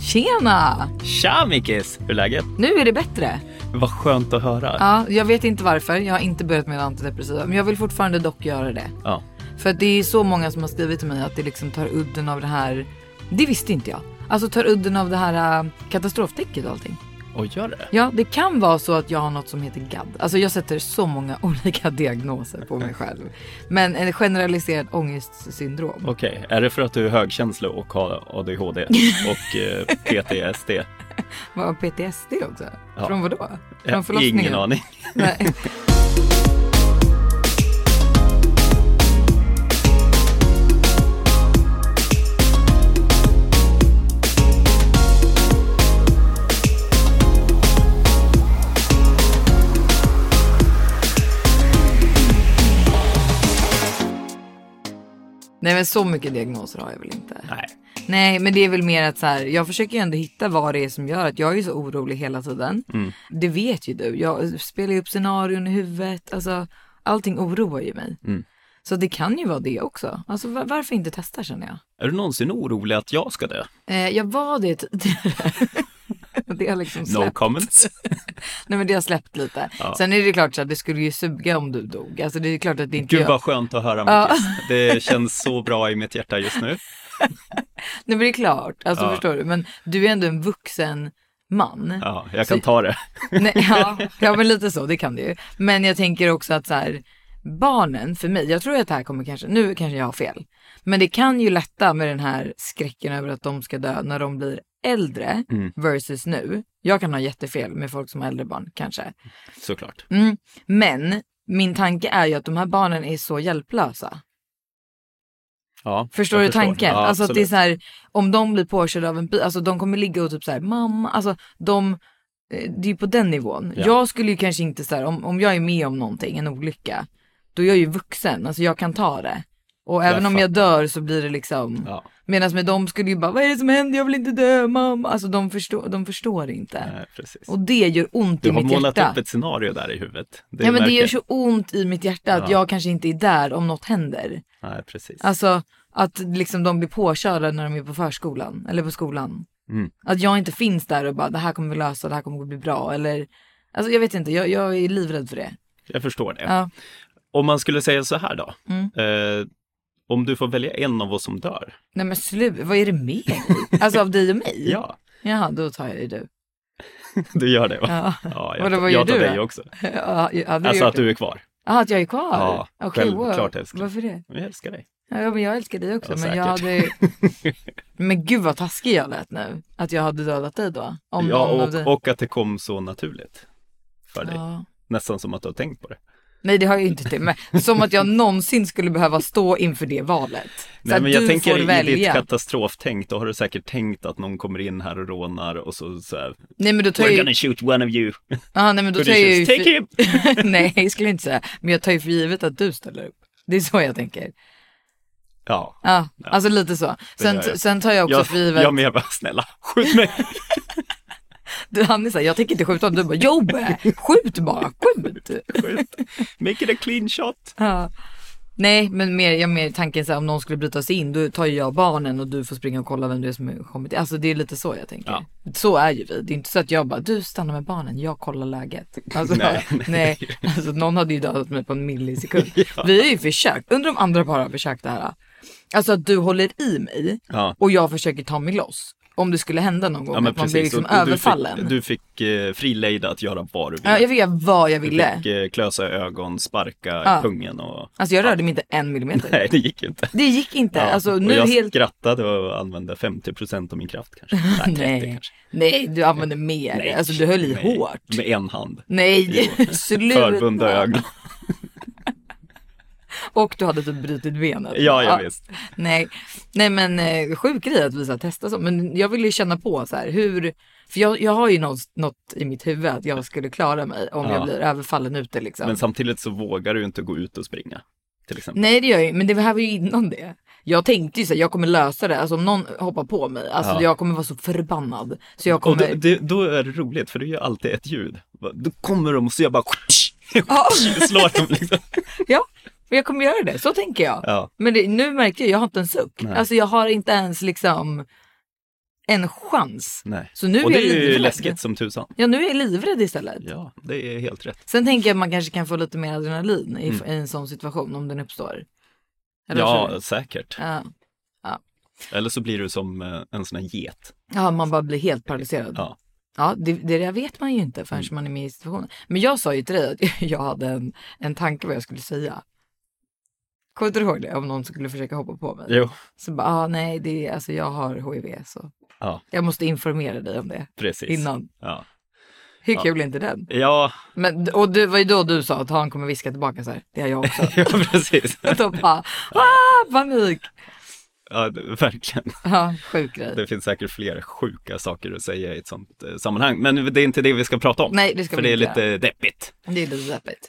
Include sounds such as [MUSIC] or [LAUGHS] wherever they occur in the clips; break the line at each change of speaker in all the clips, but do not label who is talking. Tjena!
Tja Mikis! Hur är läget?
Nu är det bättre.
Vad skönt att höra.
Ja, jag vet inte varför. Jag har inte börjat med antidepressiva. Men jag vill fortfarande dock göra det.
Ja.
För att det är så många som har skrivit till mig att det liksom tar udden av det här. Det visste inte jag. Alltså tar udden av det här äh, katastroftecknet och allting.
Och gör det?
Ja, det kan vara så att jag har något som heter GAD. Alltså jag sätter så många [LAUGHS] olika diagnoser på mig själv. Men en generaliserad ångestsyndrom.
Okej, är det för att du är högkänslig och har
[LAUGHS]
ADHD och eh, PTSD?
Vad har PTSD också?
Ja.
Från vadå?
Jag
Från
har
förlossningen?
Ingen aning.
Nej. Nej men så mycket diagnoser har jag väl inte.
Nej.
Nej, men det är väl mer att så här, jag försöker ju ändå hitta vad det är som gör att jag är så orolig hela tiden.
Mm.
Det vet ju du, jag spelar ju upp scenarion i huvudet, alltså allting oroar ju mig.
Mm.
Så det kan ju vara det också. Alltså va- varför inte testa känner jag.
Är du någonsin orolig att jag ska dö?
Eh, jag var det tidigare. [LAUGHS] det har liksom
No
släppt. [LAUGHS]
comments.
Nej men det har släppt lite. Sen är det klart så att det skulle ju suga om du dog. Alltså det är klart att det inte
Gud
jag.
vad skönt att höra Mikis. Det känns så bra i mitt hjärta just nu.
Nej men det är klart, alltså
Ja.
förstår du. Men du är ändå en vuxen man.
Ja, jag kan ta det.
Nej, ja, ja, men lite så, det kan det ju. Men jag tänker också att så här, barnen för mig, jag tror att det här kommer kanske, nu kanske jag har fel, men det kan ju lätta med den här skräcken över att de ska dö när de blir äldre versus nu. Jag kan ha jättefel med folk som har äldre barn kanske.
Såklart.
Mm. Men min tanke är ju att de här barnen är så hjälplösa.
Ja,
Förstår
jag
du tanken?
Ja,
alltså att det är
absolut.
så här, om de blir påkörda av en bil, alltså de kommer ligga och typ så här, mamma, alltså de, eh, det är ju på den nivån.
Ja.
Jag skulle ju kanske inte så här, om, om jag är med om någonting, en olycka, då är jag ju vuxen, alltså jag kan ta det. Och även om
fattar.
jag dör så blir det liksom,
Ja.
medan med dem skulle ju bara, vad är det som händer, jag vill inte dö mamma. Alltså de förstår, de förstår inte.
Nej, precis.
Och det gör ont
Du
i
har
mitt
målat
hjärta.
upp ett scenario där i huvudet. Det
ja men det
märker
gör
jag.
så ont i mitt hjärta att
Ja.
jag kanske inte är där om något händer.
Nej, precis.
Alltså att liksom de blir påkörda när de är på förskolan eller på skolan.
Mm.
Att jag inte finns där och bara det här kommer vi lösa, det här kommer att bli bra eller Alltså jag vet inte, jag, jag är livrädd för det.
Jag förstår det.
Ja.
Om man skulle säga så här då.
Mm.
Eh, om du får välja en av oss som dör.
Nej men sluta, vad är det med
[LAUGHS]
dig? Alltså av dig och mig?
Ja,
Jaha, då tar jag ju du.
du gör det va?
Ja.
Ja,
Vadå,
jag,
vad
jag
gör
tar
du
dig
då?
också.
Ja, ja, hade
Alltså
gjort
att du
det?
är kvar.
Jaha, att jag är kvar?
Ja,
Okej,
självklart,
wow.
älskling.
Varför det?
Jag älskar dig.
Ja, men jag älskar dig också,
Ja,
men jag hade
[LAUGHS]
Men gud vad taskig jag lät nu. Att jag hade dödat dig då. Om
ja,
någon av dig-
och, och att det kom så naturligt för dig.
Ja.
Nästan som att du har tänkt på det.
Nej det har jag ju inte till men som att jag någonsin skulle behöva stå inför det valet. Så
Nej,
att
men jag
du
tänker
får
i ditt
välja.
katastroftänk, då har du säkert tänkt att någon kommer in här och rånar och så, så här,
nej men då tar jag
We're
ju,
gonna shoot one of you. [LAUGHS]
ah, nej men då tar jag ju,
Conditions.
[LAUGHS]
Take him!
nej skulle jag inte säga, men jag tar ju för givet att du ställer upp. Det är så jag tänker.
Ja.
Ja, alltså lite så. Sen,
gör jag.
sen tar jag också
Jag,
för givet,
jag med bara, snälla, skjut mig.
du, han är såhär, jag tänker inte skjuta om, du bara, jo, skjut bara, skjut. [LAUGHS]
Skjut. Make it a clean shot.
Ja. Nej, men mer, jag mer tanken så här, om någon skulle bryta sig in, då tar ju jag barnen och du får springa och kolla vem det är som har kommit. Alltså det är lite så jag tänker.
Ja.
Så är ju vi. Det är inte så att jag bara, du stannar med barnen, jag kollar läget. Alltså, [LAUGHS] nej,
Nej,
nej. Alltså, någon hade ju dödat mig på en millisekund.
[LAUGHS]
Vi har ju försökt, undrar om andra par har försökt det här. Alltså att du håller i mig
Ja.
och jag försöker ta mig loss. Om det skulle hända någon gång, att man blir liksom
och- och
överfallen.
Du fick, du fick eh, fri lejda att göra vad du ville.
Ja, jag fick göra vad jag ville.
Du fick eh, klösa ögon, sparka i pungen och... [LAUGHS]
Alltså jag rörde mig inte en millimeter.
Nej, det gick ju inte.
Det gick inte.
Ja,
Alltså
och
nu
jag
helt...
skrattade och använde 50 procent av min kraft
[LAUGHS]
kanske. Nej, 30
Nej.
kanske.
Nej, du använde mer. alltså du höll i
Nej,
hårt.
Med en hand.
Nej,
Jo.
[LAUGHS] sluta.
Förbundna ögon.
Och du hade typ brutit benet.
Ja, ja, visst.
Nej. Nej, men eh, sjuk grej att vi så här testar så. Men jag ville ju känna på så här hur, för jag, jag har ju något, något i mitt huvud att jag skulle klara mig om jag
Ja.
blir överfallen ute liksom.
Men samtidigt så vågar du ju inte gå ut och springa. Till exempel.
Nej det gör jag ju, men det här var ju innan det. Jag tänkte ju så här, jag kommer lösa det. Alltså om någon hoppar på mig, alltså jag kommer vara så förbannad. Så jag
Och
kommer...
då, det, då är det roligt för du gör alltid ett ljud. Då kommer de och så jag bara
Ja.
[LAUGHS] slår dem liksom.
Ja, men jag kommer göra det. Så tänker jag.
Ja.
Men det, nu märker jag, jag har inte en suck. Alltså jag har inte ens liksom en chans.
Nej.
[LAUGHS] Så nu
och
är
det
jag
är ju
livrädd.
läskigt som tusan.
Ja, nu är jag livrädd istället.
Ja, det är helt rätt.
Sen tänker jag att man kanske kan få lite mer adrenalin i, i en sån situation om den uppstår. Eller vad
Mm.
tror
Ja, alltså.
du?
säkert.
ja.
Eller så blir du som eh, en sån här get.
Ja, man bara blir helt paralyserad.
Ja. Mm.
Ja, det, det där vet man ju inte förrän man är med i situationen. Men jag sa ju till dig att [LAUGHS] jag hade en, en tanke vad jag skulle säga. Kommer du ihåg det? Om någon skulle försöka hoppa på mig.
Jo,
Så bara, ah, nej, det är, alltså jag har HIV så
ja,
jag måste informera dig om det
precis.
innan.
Ja,
Hur kul är inte den?
ja, [LAUGHS]
Men, och det var ju då du sa att han kommer viska tillbaka så här, det har
[LAUGHS]
jag också.
ja precis.
Och [LAUGHS] då bara, ah, panik!
Ja, det- verkligen.
Ja, sjuk grej.
Det finns säkert fler sjuka saker att säga i ett sånt eh, sammanhang. Men det är inte det vi ska prata om.
Nej, det ska
För
vi
det är
inte
lite deppigt.
Det är lite deppigt.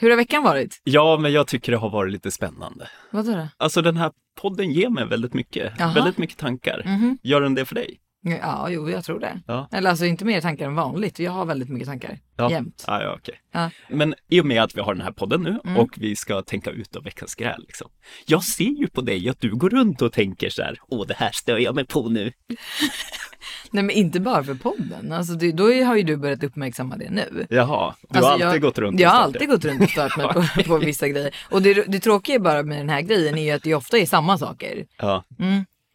Hur har veckan varit?
Ja, men jag tycker det har varit lite spännande.
Vadå då?
Alltså den här podden ger mig väldigt mycket.
Jaha. Mhm.
Väldigt mycket tankar. Gör den det för dig?
Ja, jo, jag tror det.
Ja.
Eller alltså inte mer tankar än vanligt. Jag har väldigt mycket tankar. Jämt.
Ja, ja, okej.
Ja. Mm.
Men i och med att vi har den här podden nu och vi ska tänka ut av veckans gräl. Liksom. Jag ser ju på dig att du går runt och tänker så här, åh det här stör jag mig på nu.
Nej, men inte bara för podden. Alltså, det, då har ju du börjat uppmärksamma det nu.
Jaha, du
Alltså,
har alltid gått runt och
Jag har
stört
alltid
dig.
gått runt och stört mig på, på vissa grejer. Och det, det tråkiga bara med den här grejen är ju att det ofta är samma saker.
Ja.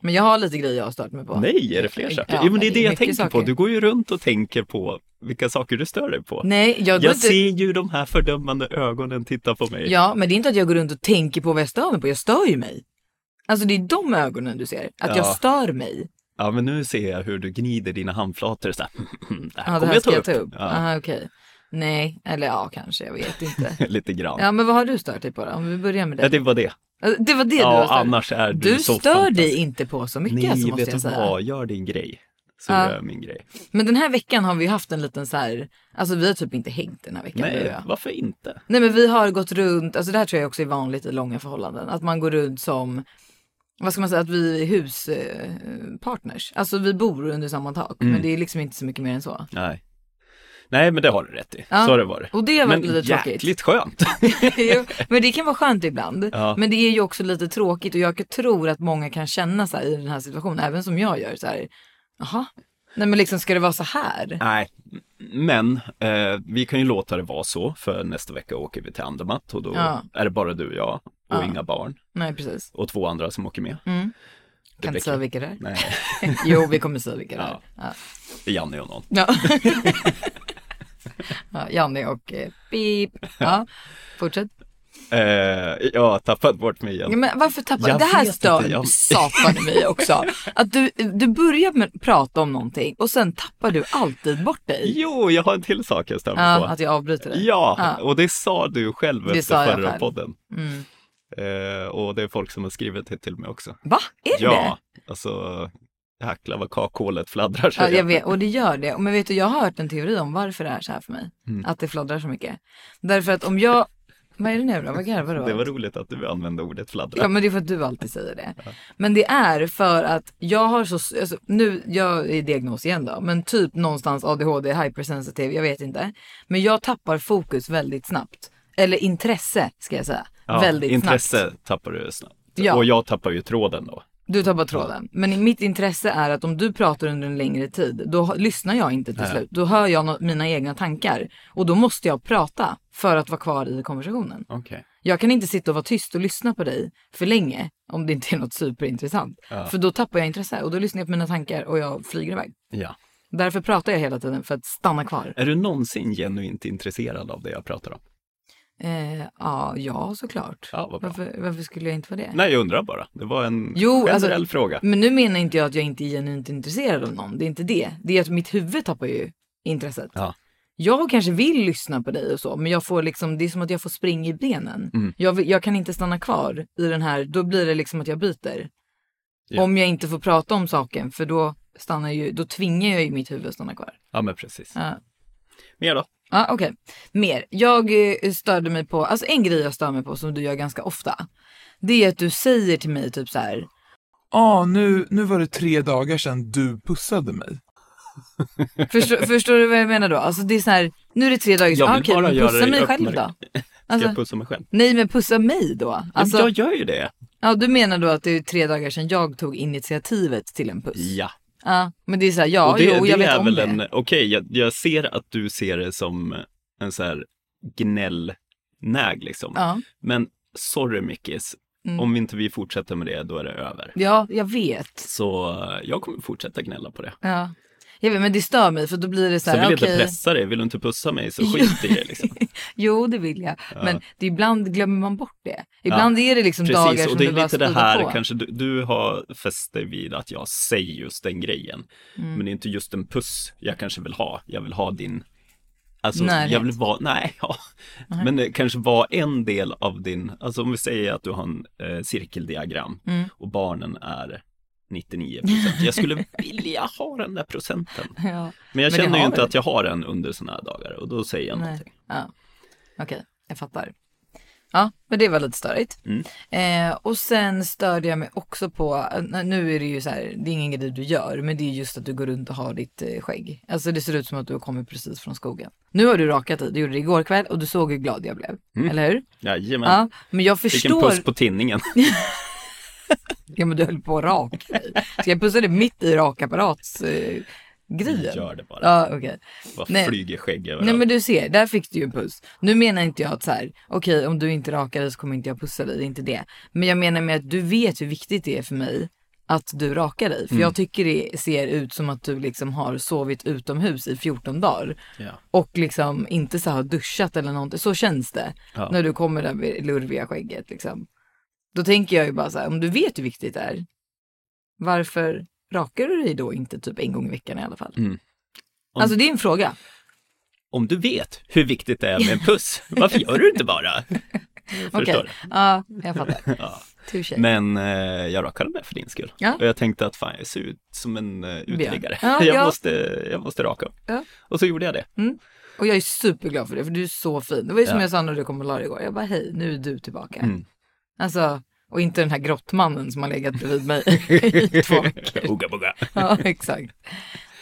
Men jag har lite grejer jag har stört mig på.
Nej, är det fler saker?
Ja,
Ja, jo, men det är det jag
mycket
tänker på.
saker.
Du går ju runt och tänker på vilka saker du stör dig på.
Nej, jag, går
jag
inte...
ser ju de här fördömande ögonen titta på mig.
Ja, men det är inte att jag går runt och tänker på vad jag stör mig på. Jag stör ju mig. Alltså det är de ögonen du ser. Att jag
Ja.
stör mig.
Ja, men nu ser jag hur du gnider dina handflator så här. [CLEARS THROAT] Det här
Ja, det
kommer
här
jag ta
ska jag
upp.
ta upp.
Ja,
Aha, okej. Nej, eller ja, kanske. Jag vet inte.
[LAUGHS] lite grann.
Ja, men vad har du stört dig på då? Om vi börjar med
Ja,
det.
det var det.
Alltså, Det var det du
Ja,
har stört.
annars är du
Du
så
stör dig
fantastisk.
inte på så mycket,
Nej,
alltså, måste
vet
jag
du
säga.
vad? Gör din grej. Så
Ja.
gör jag min grej.
Men den här veckan har vi haft en liten så här, alltså vi har typ inte hängt den här veckan. du och
Nej,
jag.
varför inte?
Nej men vi har gått runt, alltså det här tror jag också är vanligt i långa förhållanden, att man går runt som, vad ska man säga, att vi är huspartners. Alltså vi bor under samma tak,
Mm.
men det är liksom inte så mycket mer än så. [LAUGHS]
Nej. Nej, men det har du rätt i.
Ja.
Så har det varit.
Och det har varit
men
lite tråkigt.
jäkligt skönt. [LAUGHS]
Jo, men det kan vara skönt ibland.
Ja.
Men det är ju också lite tråkigt och jag tror att många kan känna så här i den här situationen, även som jag gör så här, jaha, nej men liksom ska det vara så här?
Nej, men eh, vi kan ju låta det vara så för nästa vecka åker vi till Andermatt och då
Ja.
är det bara du och jag och inga barn
Nej precis,
och två andra som åker med.
Mm. kan
blir
inte säga vilka det är.
Nej,
Jo, vi kommer säga vilka det är.
Ja. det är Janne och någon.
Ja. [LAUGHS] ja, Janne och eh, Pip. Ja, fortsätt.
Eh, jag har tappat bort mig
Ja,
igen.
men varför tappar
Jag
Det här
vet
stör
inte, jag-
satan mig också.
[LAUGHS]
Att du, du börjar med att prata om någonting och sen tappar du alltid bort dig.
Jo, jag har en till sak jag stämmer
Ja,
på.
att jag avbryter dig.
Ja,
typ. Ja.
och det sa du själv
Det sa
efter
jag
förra
själv. Mm.
podden. Eh, och det är folk som har skrivit det till mig också.
Va? Är det
Ja, alltså jäklar vad kakhålet fladdrar.
Ja,
säger
jag vet, och det gör det. Men
Mm.
vet du, jag har hört en teori om varför det är så här för mig. Att det fladdrar så mycket. Därför att om jag Vad är det nu då? Vad garvar du
Det
åt?
var roligt att du använde ordet fladdra.
Ja men det är för att du alltid säger det. Men det är för att jag har så, alltså, nu, jag är i diagnos igen då, men typ någonstans ADHD, hypersensitive, jag vet inte. Men jag tappar fokus väldigt snabbt. Eller intresse ska jag säga.
Ja,
väldigt
intresse
snabbt.
tappar du snabbt.
Ja.
Och jag tappar ju tråden då.
Du tappar tråden. Men i- mitt intresse är att om du pratar under en längre tid, då h- lyssnar jag inte till slut. Då hör jag nå- mina egna tankar. Och då måste jag prata för att vara kvar i konversationen.
Okej.
Jag kan inte sitta och vara tyst och lyssna på dig för länge om det inte är något superintressant. För då tappar jag intresse och då lyssnar jag på mina tankar och jag flyger iväg.
Ja.
Därför pratar jag hela tiden för att stanna kvar.
Är du någonsin genuint intresserad av det jag pratar om?
Eh, ja, ja, såklart.
Ja, vad bra.
varför, varför skulle jag inte vara det?
Nej, jag undrar bara. Det var en
Jo, alltså-
generell fråga.
Men nu menar inte jag att jag inte är genuint intresserad av någon. Det är inte det. Det är att mitt huvud tappar ju intresset.
Ja.
Jag kanske vill lyssna på dig och så, men jag får liksom, det är som att jag får spring i benen.
Mm.
Jag, vill- jag kan inte stanna kvar i den här, då blir det liksom att jag byter.
Ja.
Om jag inte får prata om saken, för då stannar ju, då tvingar jag ju mitt huvud att stanna kvar.
Ja, men precis.
Ja.
Mer då?
Ja, okej. Mer. Jag eh, störde mig på, alltså en grej jag stör mig på som du gör ganska ofta. Det är att du säger till mig typ så här,
ah, nu, nu var det tre dagar sedan du pussade mig.
Förstår, förstår du vad jag menar då? Alltså det är så här, nu är det tre dagar
Jag
ah,
vill
okej,
bara
men
göra
pussa
dig
mig själv då.
uppmärksam. [LAUGHS] Ska jag
Alltså,
pussa mig själv?
nej men pussa mig då.
Ja, men
Alltså,
jag gör ju det.
ja, du menar då att det är tre dagar sedan jag tog initiativet till en puss?
Ja.
Ja, men det är så här, ja,
och det,
jo, jag
det
vet
är
om
väl
det.
en, okej, jag, jag ser att du ser det som en så här gnällnäg liksom.
Ja. Mm.
Men sorry Mickis, om inte vi fortsätter med det, då är det över.
Ja, jag vet.
Så eh, jag kommer fortsätta gnälla på det.
Ja. Jag vet, men det stör mig för då blir det så
Sen vill
här,
jag
okej.
inte pressa dig, vill du inte pussa mig så skit i det liksom.
Jo, det vill jag. Men det, ibland glömmer man bort det. Ibland är det liksom dagar
Precis,
som
och det
du
är
bara
lite det
skriver
här,
på.
kanske du, du har fäst dig vid att jag säger just den grejen.
Mm.
Men det är inte just en puss jag kanske vill ha. Jag vill ha din, alltså
Närhet.
jag vill vara, nej, [LAUGHS] ja. Men det kanske var en del av din, alltså om vi säger att du har en eh, cirkeldiagram
Mm.
och barnen är 99 procent. Jag
[LAUGHS]
skulle vilja ha den där procenten.
Ja.
Men jag
[LAUGHS] Men det
känner ju
har
inte
du.
att jag har den under sådana här dagar och då säger jag någonting.
Ja. Okej, jag fattar. Ja, men det var lite störigt.
Mm.
Eh, och sen störde jag mig också på, eh, nu är det ju så här, det är ingen grej du gör, men det är just att du går runt och har ditt eh, skägg. Alltså det ser ut som att du har kommit precis från skogen. Nu har du rakat dig, du gjorde det igår kväll och du såg hur glad jag blev, eller hur?
Jajamän.
Ja, men jag
Fick en
förstår.
Mm. puss på
[LAUGHS]
tinningen.
Ja, men du höll på att raka dig. Ska jag pussa dig mitt i rakapparatsgrejen? Eh, grejen?
Gör det bara.
Ja, okej.
Vad
Nej.
flyger skägg överallt.
Nej men du ser, där fick du ju en puss. Nu menar inte jag att så här, okej om du inte rakar dig så kommer inte jag pussa dig, det är inte det. Men jag menar med att du vet hur viktigt det är för mig att du rakar dig.
Mm.
För jag tycker det ser ut som att du liksom har sovit utomhus i 14 dagar.
Ja.
Och liksom inte så här har duschat eller någonting, så känns det.
Ja.
När du kommer där med det lurviga skägget liksom. Då tänker jag ju bara så här, om du vet hur viktigt det är, varför rakar du dig då inte typ en gång i veckan i alla fall?
Mm.
Alltså det är en fråga.
om du vet hur viktigt det är med en
[LAUGHS]
puss, varför gör du inte bara? Förstår
Okej,
du?
ja
[LAUGHS]
jag fattar. Touché.
Men eh, jag rakade mig för din skull.
Ja.
Och jag tänkte att fan, jag ser ut som en eh, uteliggare. [LAUGHS]
Ja,
jag,
ja.
Måste, jag måste raka upp.
Ja. Mm.
Och så gjorde jag det.
Och jag är superglad för det, för du är så fin. Det var ju som
Ja. Mm.
jag sa när du kom och la dig igår. Jag bara, hej, nu är du tillbaka. Alltså, och inte den här grottmannen som har legat bredvid
[LAUGHS]
mig i två veckor.
Ugga bugga.
Ja, exakt.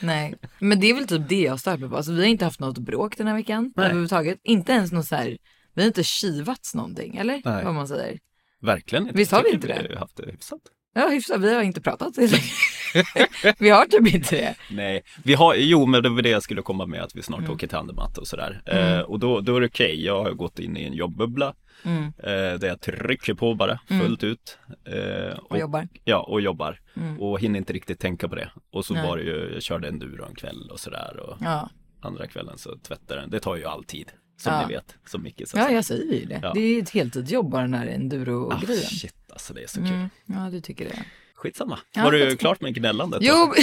Nej, men det är väl typ det jag stör mig på. Alltså, vi har inte haft något bråk den här veckan
Nej.
överhuvudtaget. Inte ens något så här, vi har inte kivats någonting, eller?
Nej.
Vad man säger.
Verkligen inte.
Visst har vi
Jag tycker
inte det?
Vi har haft det hyfsat.
Ja, hyfsat, vi har inte pratat. [LAUGHS] vi har typ inte det.
Nej, vi har, jo men det var det jag skulle komma med att vi
Mm.
snart åker till handematta och sådär. Eh, och då, då är det okej, jag har gått in i en jobbbubbla
Mm.
eh, där jag trycker på bara fullt ut. Eh, och,
jobbar.
Ja, och jobbar.
Mm.
Och hinner inte riktigt tänka på det. Och så var det ju, jag körde enduro en kväll och sådär och
Ja,
andra kvällen så tvättade den. Det tar ju all tid, som
Ja.
ni vet, som Micke sa.
ja jag säger ju det.
Ja.
Det är ju ett heltidsjobb bara den här
ah,
enduro-grejen. Mm.
Shit alltså det är så kul.
ja, du tycker det.
Skitsamma,
Ja,
var du
skitsamma.
klart med gnällandet? alltså?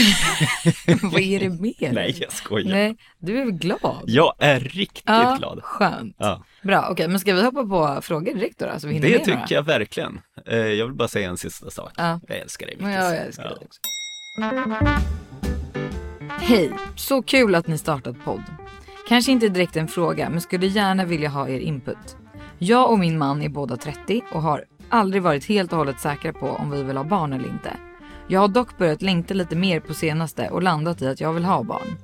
Jo, [LAUGHS] vad är det med
Nej, jag skojar.
Nej, du är väl glad?
Jag är riktigt glad.
skönt.
Ja.
Bra, okej, men ska vi hoppa på frågor direkt då? då så vi hinner
Det
med
tycker
några?
jag verkligen. Eh, Jag vill bara säga en sista sak.
Ja.
Jag älskar dig,
Men
Mikis.
jag älskar dig också. Hej, så kul att ni startat podd. Kanske inte direkt en fråga, men skulle gärna vilja ha er input. Jag och min man är båda 30 och har aldrig varit helt och hållet säkra på om vi vill ha barn eller inte. Jag har dock börjat längta lite mer på senaste och landat i att jag vill ha barn.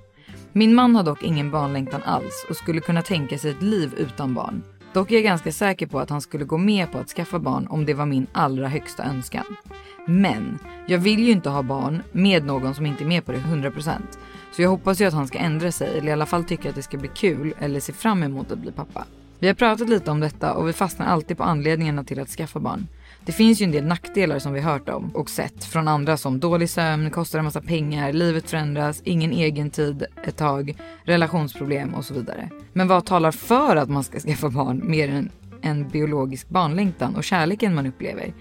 Min man har dock ingen barnlängtan alls och skulle kunna tänka sig ett liv utan barn. Dock är jag ganska säker på att han skulle gå med på att skaffa barn om det var min allra högsta önskan. Men jag vill ju inte ha barn med någon som inte är med på det 100%. Så jag hoppas ju att han ska ändra sig eller i alla fall tycka att det ska bli kul eller se fram emot att bli pappa. Vi har pratat lite om detta och vi fastnar alltid på anledningarna till att skaffa barn. Det finns ju en del nackdelar som vi hört om och sett från andra som dålig sömn, kostar en massa pengar, livet förändras, ingen egen tid ett tag, relationsproblem och så vidare. Men vad talar för att man ska skaffa barn mer än en biologisk barnlängtan och kärleken man upplever?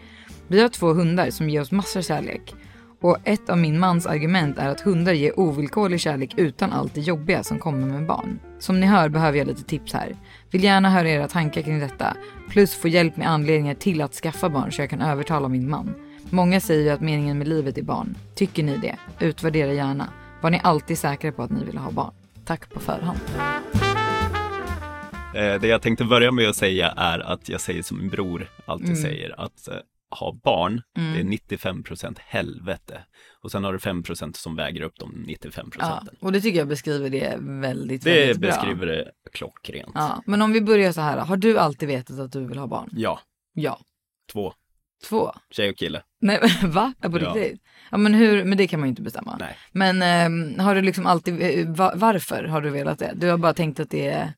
Vi har två hundar som ger oss massor kärlek. Och ett av min mans argument är att hundar ger ovillkorlig kärlek utan allt det jobbiga som kommer med barn. Som ni hör behöver jag lite tips här. Vill gärna höra era tankar kring detta. Plus få hjälp med anledningar till att skaffa barn så jag kan övertala min man. Många säger ju att meningen med livet är barn. Tycker ni det? Utvärdera gärna. Var ni alltid säkra på att ni ville ha barn? Tack på förhand.
Eh, Det jag tänkte börja med att säga är att jag säger som min bror alltid
Mm.
säger att eh, ha barn, det är 95 procent helvete. Och sen har du 5 procent som väger upp de 95
Ja,
procenten.
och det tycker jag beskriver det väldigt,
det
väldigt bra.
beskriver det klockrent.
Ja, men om vi börjar så här. Har du alltid vetat att du vill ha barn?
Ja,
Ja.
två,
Två.
tjej och kille.
Nej, [LAUGHS] men va? Ja, På
Ja.
riktigt? Ja, men, hur, men det kan man ju inte bestämma.
Nej.
Men ehm, har du liksom alltid, eh, va, varför har du velat det? Du har bara tänkt att det, är-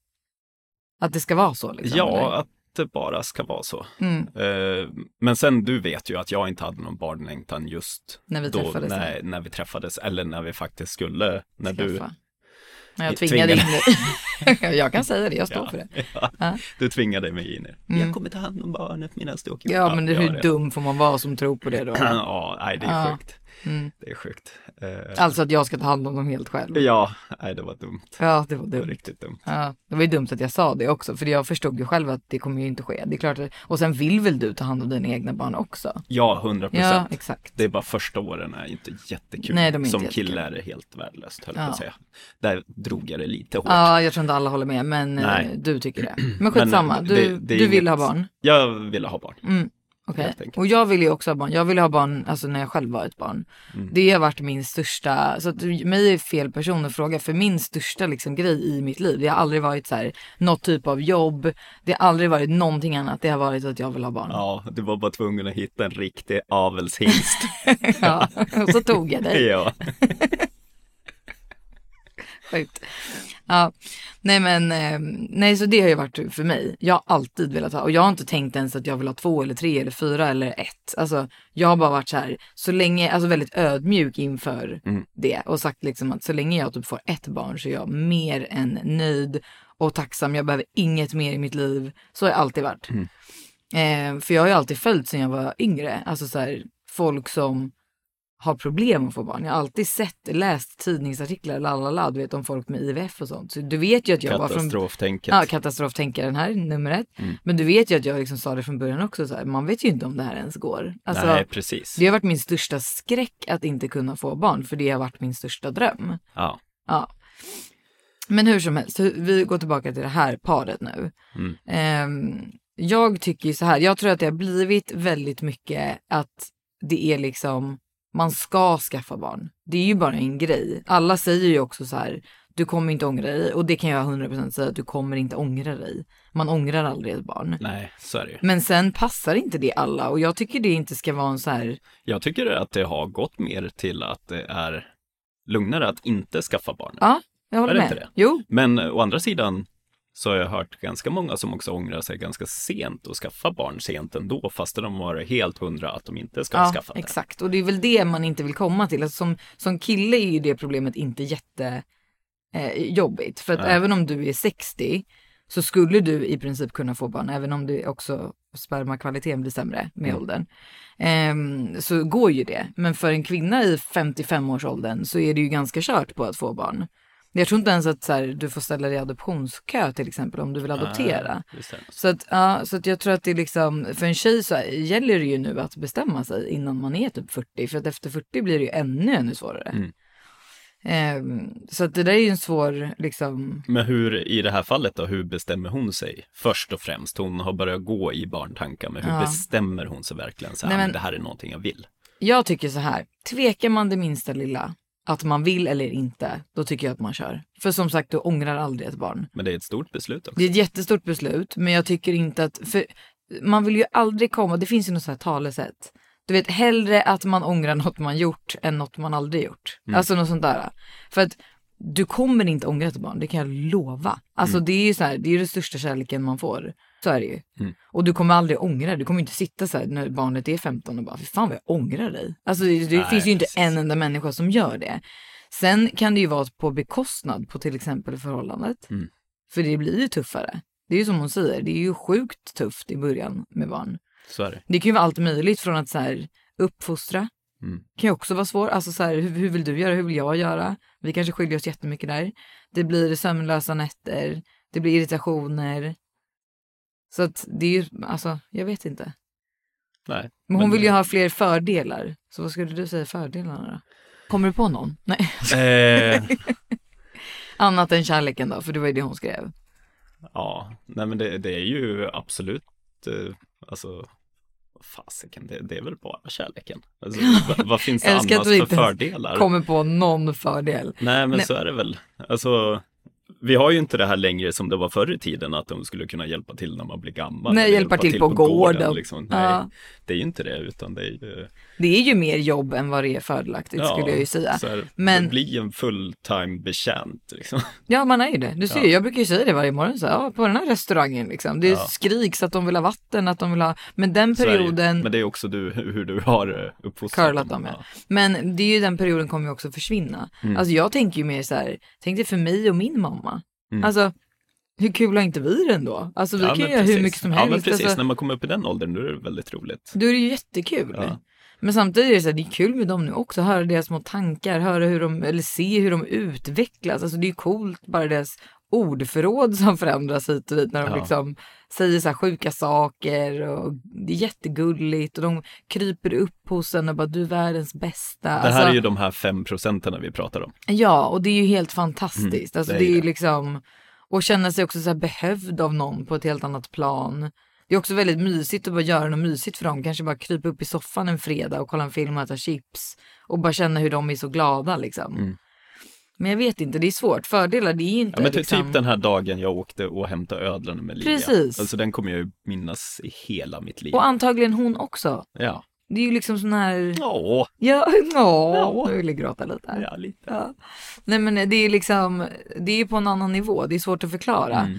att det ska vara så? Liksom,
Ja,
eller?
att det bara ska vara så.
Mm.
Eh, Men sen, du vet ju att jag inte hade någon barnlängtan just
När vi
då,
träffades,
När, när vi träffades, eller när vi faktiskt skulle, när du
Skaffa. Men jag
Jag
tvingade in
tvingade.
dig. [LAUGHS] jag kan säga det, jag står
Ja.
för det. Ja.
[LAUGHS]
Mm.
Ja. Du tvingade mig in i det. Jag kommer ta hand om barnet medan du åker
Ja, men hur
det.
dum får man vara som tror på det då?
[CLEARS THROAT] Ja, nej det är
Ja.
sjukt.
Mm.
Det är sjukt. Eh,
Alltså att jag ska ta hand om dem helt själv.
Ja, nej det var dumt.
Ja, det var
Det var
dumt.
riktigt dumt.
Ja, det var ju dumt att jag sa det också, för jag förstod ju själv att det kommer ju inte ske. Det är klart att, och sen vill väl du ta hand om dina egna barn också?
Ja, hundra
Ja,
procent.
exakt.
Det är bara första åren är inte jättekul.
Nej, de är inte
Som
jättekul.
kille är det helt värdelöst, höll jag
Ja.
på att säga. Där drog jag det lite hårt.
Ja, jag tror inte alla håller med, men eh,
Nej.
du tycker
[CLEARS THROAT]
det. Men skitsamma,
Men eh,
du,
det- det är
du vill
inget-
ha barn.
Jag ville ha barn.
Mm. okej.
Helt enkelt.
Och jag ville ju också ha barn. Jag ville ha barn alltså, när jag själv var ett barn.
Mm.
Det har varit min största, så att du- mig är fel person att fråga för min största liksom, grej i mitt liv. Det har aldrig varit så här, något typ av jobb. Det har aldrig varit någonting annat. Det har varit att jag vill ha barn.
Ja, du var bara tvungen att hitta en riktig avelshingst.
[LAUGHS] [LAUGHS] Ja. Och så tog jag dig.
[LAUGHS] ja.
Sjukt. Ja, nej men, eh, nej så det har ju varit för mig. Jag har alltid velat ha, och jag har inte tänkt ens att jag vill ha två eller tre eller fyra eller ett. Alltså jag har bara varit så här, så länge, alltså väldigt ödmjuk inför det och sagt liksom att så länge jag typ får ett barn så är jag mer än nöjd och tacksam. Jag behöver inget mer i mitt liv. Så har jag alltid varit. Eh, för jag har ju alltid följt sen jag var yngre, alltså så här, folk som har problem att få barn. Jag har alltid sett, läst tidningsartiklar, lalala, du vet om folk med IVF och sånt. Så du vet ju att jag var från...
Katastroftänket.
Ja, katastroftänker den här numret.
Mm.
Men du vet ju att jag liksom sa det från början också, så här, man vet ju inte om det här ens går. Alltså,
Nej, precis.
det har varit min största skräck att inte kunna få barn, för det har varit min största dröm.
Ja.
Ja. Men hur som helst, hur- vi går tillbaka till det här paret nu.
Mm.
Ehm, jag tycker ju så här, jag tror att det har blivit väldigt mycket att det är liksom, man ska skaffa barn. Det är ju bara en grej. Alla säger ju också så här, du kommer inte ångra dig. Och det kan jag 100% säga, att du kommer inte ångra dig. Man ångrar aldrig ett barn.
Nej, så är det ju.
Men sen passar inte det alla och jag tycker det inte ska vara en så här,
Jag tycker att det har gått mer till att det är lugnare att inte skaffa barn.
ja, jag håller
Är det
med.
inte det?
Jo,
Men eh, å andra sidan så har jag hört ganska många som också ångrar sig ganska sent och skaffa barn sent ändå, fast de var helt hundra att de inte ska
ja,
skaffa det.
exakt. Och det är väl det man inte vill komma till. Alltså som, som kille är ju det problemet inte jätte eh, jobbigt. För att även om du är 60 så skulle du i princip kunna få barn, även om du också spermakvaliteten blir sämre med
Mm.
åldern. Ehm, så går ju det. Men för en kvinna i 55-årsåldern så är det ju ganska kört på att få barn. Jag tror inte ens att så här, du får ställa dig i adoptionskö till exempel om du vill adoptera.
Just det.
Så att, ja, så att jag tror att det är liksom, för en tjej så gäller det ju nu att bestämma sig innan man är typ 40. För att efter 40 blir det ju ännu, ännu svårare. Ehm, så att det där är ju en svår, liksom,
Men hur, i det här fallet då, hur bestämmer hon sig? Först och främst, hon har börjat gå i barntankar, men hur
Ja.
bestämmer hon sig verkligen? Så här, "Ah,
Nej, men-
men... det här är någonting jag vill.
jag tycker så här, tvekar man det minsta lilla att man vill eller inte, då tycker jag att man kör. För som sagt, du ångrar aldrig ett barn.
Men det är ett stort beslut också.
Det är ett jättestort beslut, men jag tycker inte att... För man vill ju aldrig komma... Det finns ju något så här talesätt. Du vet, hellre att man ångrar något man gjort än något man aldrig gjort.
Mm.
Alltså något sånt där. För att du kommer inte ångra ett barn, det kan jag lova.
Mm.
Alltså det är ju så här, det är ju den största kärleken man får. Så är det ju.
Mm.
Och du kommer aldrig ångra det. Du kommer inte sitta så här när barnet är 15 och bara, fy fan vad jag ångrar dig. Alltså det, det
Nej,
finns ju inte
precis.
en enda människa som gör det. Sen kan det ju vara på bekostnad på till exempel
Mm.
förhållandet. För det blir ju tuffare. Det är ju som hon säger, det är ju sjukt tufft i början med barn.
Så är det.
Det kan ju vara allt möjligt från att så här, uppfostra.
Mm.
kan ju också vara svårt. Alltså så här, hur, hur vill du göra? Hur vill jag göra? Vi kanske skiljer oss jättemycket där. Det blir sömnlösa nätter. Det blir irritationer. Så att det är ju, alltså jag vet inte.
Nej.
Men hon
eh,
vill ju ha fler fördelar. Så vad skulle du säga fördelarna då? Kommer du på någon? Nej. [LAUGHS]
Eh,
Annat än kärleken då, för det var ju det hon skrev.
ja, nej men det, det är ju absolut, eh, alltså, vad fasiken, det, det är väl bara kärleken.
[LAUGHS]
Alltså, vad, vad finns det annars
Älskar att du
för
inte ens
fördelar?
kommer på någon fördel.
Nej, men
Nej.
så är det väl. Alltså, vi har ju inte det här längre som det var förr i tiden, att de skulle kunna hjälpa till när man blir gammal.
Nej,
eller
hjälpa till på gården.
Liksom. Nej,
Ja.
det är ju inte det, utan det är ju...
Det är ju mer jobb än vad det är fördelaktigt
ja,
skulle jag ju säga.
Så här,
Men
det blir en fulltime betjänt liksom.
ja, man är ju det. Du ser ju, jag brukar ju säga det varje morgon så här, ja, på den här restaurangen liksom. Det skriks att de vill ha vatten, att de vill ha, men den
Så är det ju.
perioden
Men det är också du, hur du har eh, uppfostrat
curlat dem. Ja. Men det är ju den perioden kommer ju också försvinna.
Mm.
Alltså jag tänker ju mer så här, tänk dig för mig och min mamma. Alltså, hur kul har inte vi det ändå? Alltså vi
Mm. Ja,
kan ju
men
göra hur
precis.
mycket som
Ja, men
helst.
precis.
alltså,
När man kommer upp i den åldern, då är det väldigt roligt.
Då är det ju jättekul.
Ja.
Men samtidigt är det, så här, det är kul med dem nu också, höra deras små tankar, höra hur de, eller se hur de utvecklas. Alltså det är ju coolt, bara deras ordförråd som förändras hit och dit när de
Ja.
liksom säger så här sjuka saker och det är jättegulligt och de kryper upp hos en och bara du är världens bästa.
Det här
alltså,
är ju de här fem procenten vi pratar om.
Ja, och det är ju helt fantastiskt. alltså,
det
det
är
är ju
Mm, det.
liksom, och känna sig också så här behövd av någon på ett helt annat plan. Det är också väldigt mysigt att bara göra något mysigt för dem. Kanske bara krypa upp i soffan en fredag och kolla en film och äta chips. Och bara känna hur de är så glada liksom. Men jag vet inte, det är svårt. Fördelar, det är ju
Mm.
inte
Ja, men ty-
liksom...
Typ den här dagen jag åkte och hämtade ödlorna med Livia.
Precis.
Alltså den kommer jag ju minnas i hela mitt liv.
Och antagligen hon också.
Ja.
Det är ju liksom sån här...
Ja,
Ja, [LAUGHS] ja.
Ja.
nu vill jag gråta lite här.
ja lite.
Ja. Nej men det är liksom, det är ju på en annan nivå, det är svårt att förklara.
Mm.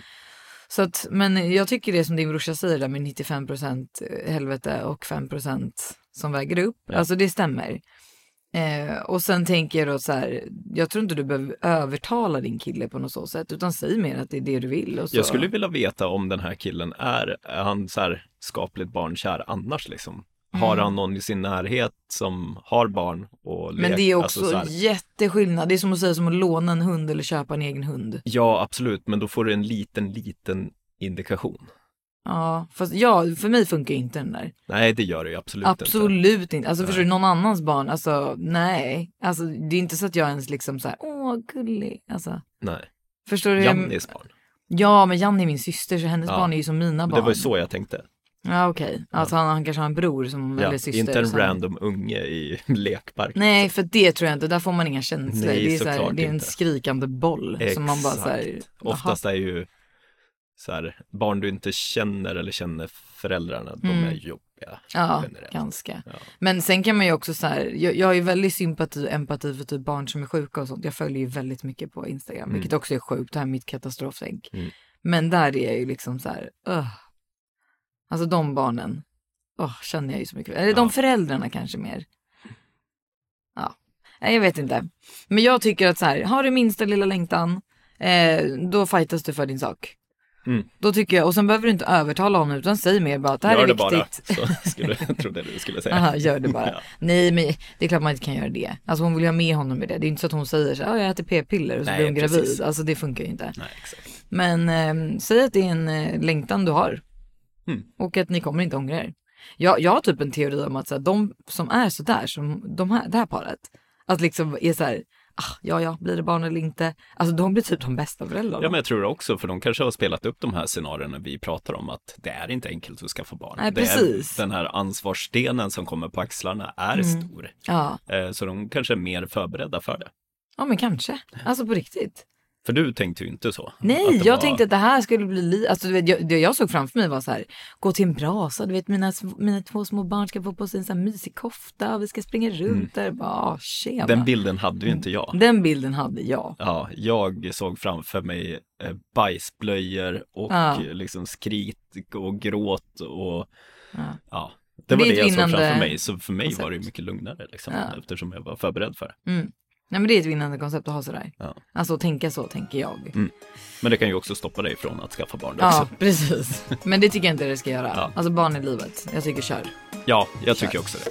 Så att, men jag tycker det som din brorsa säger där med 95% helvete och 5% som väger upp, alltså det stämmer. Eh, och sen tänker jag då så här, jag tror inte du behöver övertala din kille på något så sätt, utan säg mer att det är det du vill. Och så.
Jag skulle vilja veta om den här killen är, är han så här skapligt barnkär annars liksom? Har han någon i sin närhet som har barn och
Mm. men
lek-
det är
alltså
också
så här-
jätteskillnad, det är som att säga som att låna en hund eller köpa en egen hund.
Ja, absolut, men då får du en liten, liten indikation.
Ja, fast ja, för mig funkar ju inte den där.
Nej, det gör det ju absolut, inte.
Absolut inte. Alltså förstår du, någon annans barn, alltså nej. Alltså det är inte så att jag ens liksom så här, åh gullig. Alltså,
Nej.
förstår du?
Jannis barn.
Ja, men Janni är min syster så hennes
Ja.
barn är ju som mina
Men
barn.
Det var ju så jag tänkte.
Ja, okej. Alltså han, han kanske har en bror som,
Ja,
eller syster.
inte en
som...
random unge i [LAUGHS] lekparken.
Nej, för det tror jag inte. Där får man inga känslor.
Nej,
det, är så här,
såklart
det är en
inte.
skrikande boll som man bara så här,
Exakt. Oftast är ju så här, barn du inte känner eller känner föräldrarna, de är jobbiga
Mm. Ja,
generellt.
ganska. Men sen kan man ju också så här, jag, jag har ju väldigt sympati och empati för typ barn som är sjuka och sånt. Jag följer ju väldigt mycket på Instagram, vilket
Mm.
också är sjukt, det här är mitt katastroftänk. Men där är jag ju liksom så här, öh. Alltså de barnen, åh, känner jag ju så mycket. Eller de föräldrarna kanske mer. Ja, nej jag vet inte. Men jag tycker att så här, har du minsta lilla längtan, eh, då fightas du för din sak.
Mm.
Då tycker jag, och sen behöver du inte övertala honom utan säg mer bara att det här
Gör
är
det
viktigt.
bara, så skulle, jag trodde det du skulle säga.
[LAUGHS] Aha, gör det bara.
[LAUGHS] Ja.
Nej, men det är klart man inte kan göra det. Alltså hon vill ju ha med honom i det. Det är inte så att hon säger så här, "Ah, jag äter p-piller och så
Nej,
blir hon gravid.
precis.
Alltså det funkar ju inte.
Nej, exakt.
Men ehm, säg att det är en eh, längtan du har.
Mm.
Och att ni kommer inte ångra er. Jag, jag har typ en teori om att så här, de som är så där, som de här, det här paret, att liksom är så här, ah, ja, ja, blir det barn eller inte? Alltså de blir typ de bästa föräldrarna.
Ja, men jag tror det också, för de kanske har spelat upp de här scenarierna vi pratar om, att det är inte enkelt att skaffa barn.
Nej,
det
precis. Mm.
Är, den här ansvarsdelen som kommer på axlarna är stor.
ja.
Eh, Så de kanske är mer förberedda för det.
ja, men kanske. Alltså på riktigt.
För du tänkte ju inte så.
Nej,
Att
jag
det var-
tänkte att det här skulle bli... Li- alltså, du vet, jag, det jag såg framför mig var så här, gå till en brasa, du vet mina, sm- mina två små barn ska få på sig en sån här mysig kofta och vi ska springa runt där. Bara, ah, tjena.
Mm. Den bilden hade
Mm.
ju inte jag.
Den bilden hade jag.
Ja, jag såg framför mig eh, bajsblöjor och
Ja.
liksom skrik och gråt och
Ja.
ja, det var
Det
det,
är ett
jag såg
vinnande
framför mig. Så för mig
koncept.
var det ju mycket lugnare liksom,
Ja. Mm.
eftersom jag var förberedd för det.
Nej, men det är ett vinnande koncept att ha sådär.
Ja.
Alltså att tänka så, tänker jag.
Men det kan ju också stoppa dig från att skaffa barn
Ja,
också. [LAUGHS]
precis. Men det tycker jag inte det ska göra.
Ja.
Alltså barn i livet. Jag tycker kör.
Ja, jag tycker också det.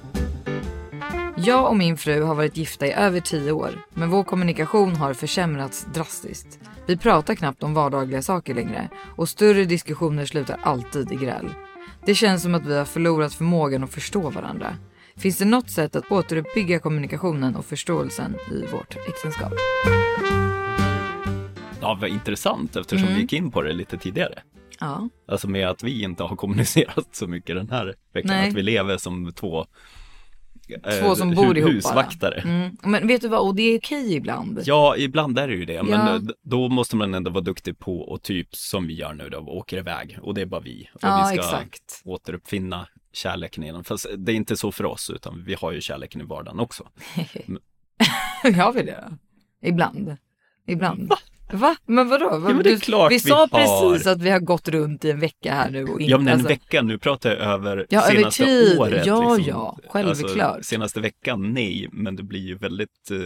Jag och min fru har varit gifta i över tio år, men vår kommunikation har försämrats drastiskt. Vi pratar knappt om vardagliga saker längre och större diskussioner slutar alltid i gräl. Det känns som att vi har förlorat förmågan att förstå varandra. Finns det något sätt att återuppbygga kommunikationen och förståelsen i vårt äktenskap?
Ja, vad intressant eftersom
Mm.
vi gick in på det lite tidigare.
Ja.
Alltså med att vi inte har kommunicerat så mycket den här veckan.
Nej.
Att vi lever som två eh,
Två som bor
hu-
ihop bara.
Husvaktare.
Mm. Men vet du vad, och det är okej ibland.
Ja, ibland är det ju det, men
Ja.
eh, d- då måste man ändå vara duktig på och typ som vi gör nu då, åker iväg och det är bara vi. Och
Ja,
vi ska
exakt.
återuppfinna kärleken i den. Fast det är inte så för oss, utan vi har ju kärleken i vardagen också. [LAUGHS]
Har vi det då? Ibland. Ibland. Va? Men vadå? Va?
men det är klart
vi
vi
sa
har.
precis att vi har gått runt i en vecka här nu och inte...
Ja, men en
alltså,
vecka, nu pratar jag över
Ja, över
senaste
tid.
året. liksom. Alltså,
Ja, ja, självklart.
senaste veckan, nej, men det blir ju väldigt... Eh,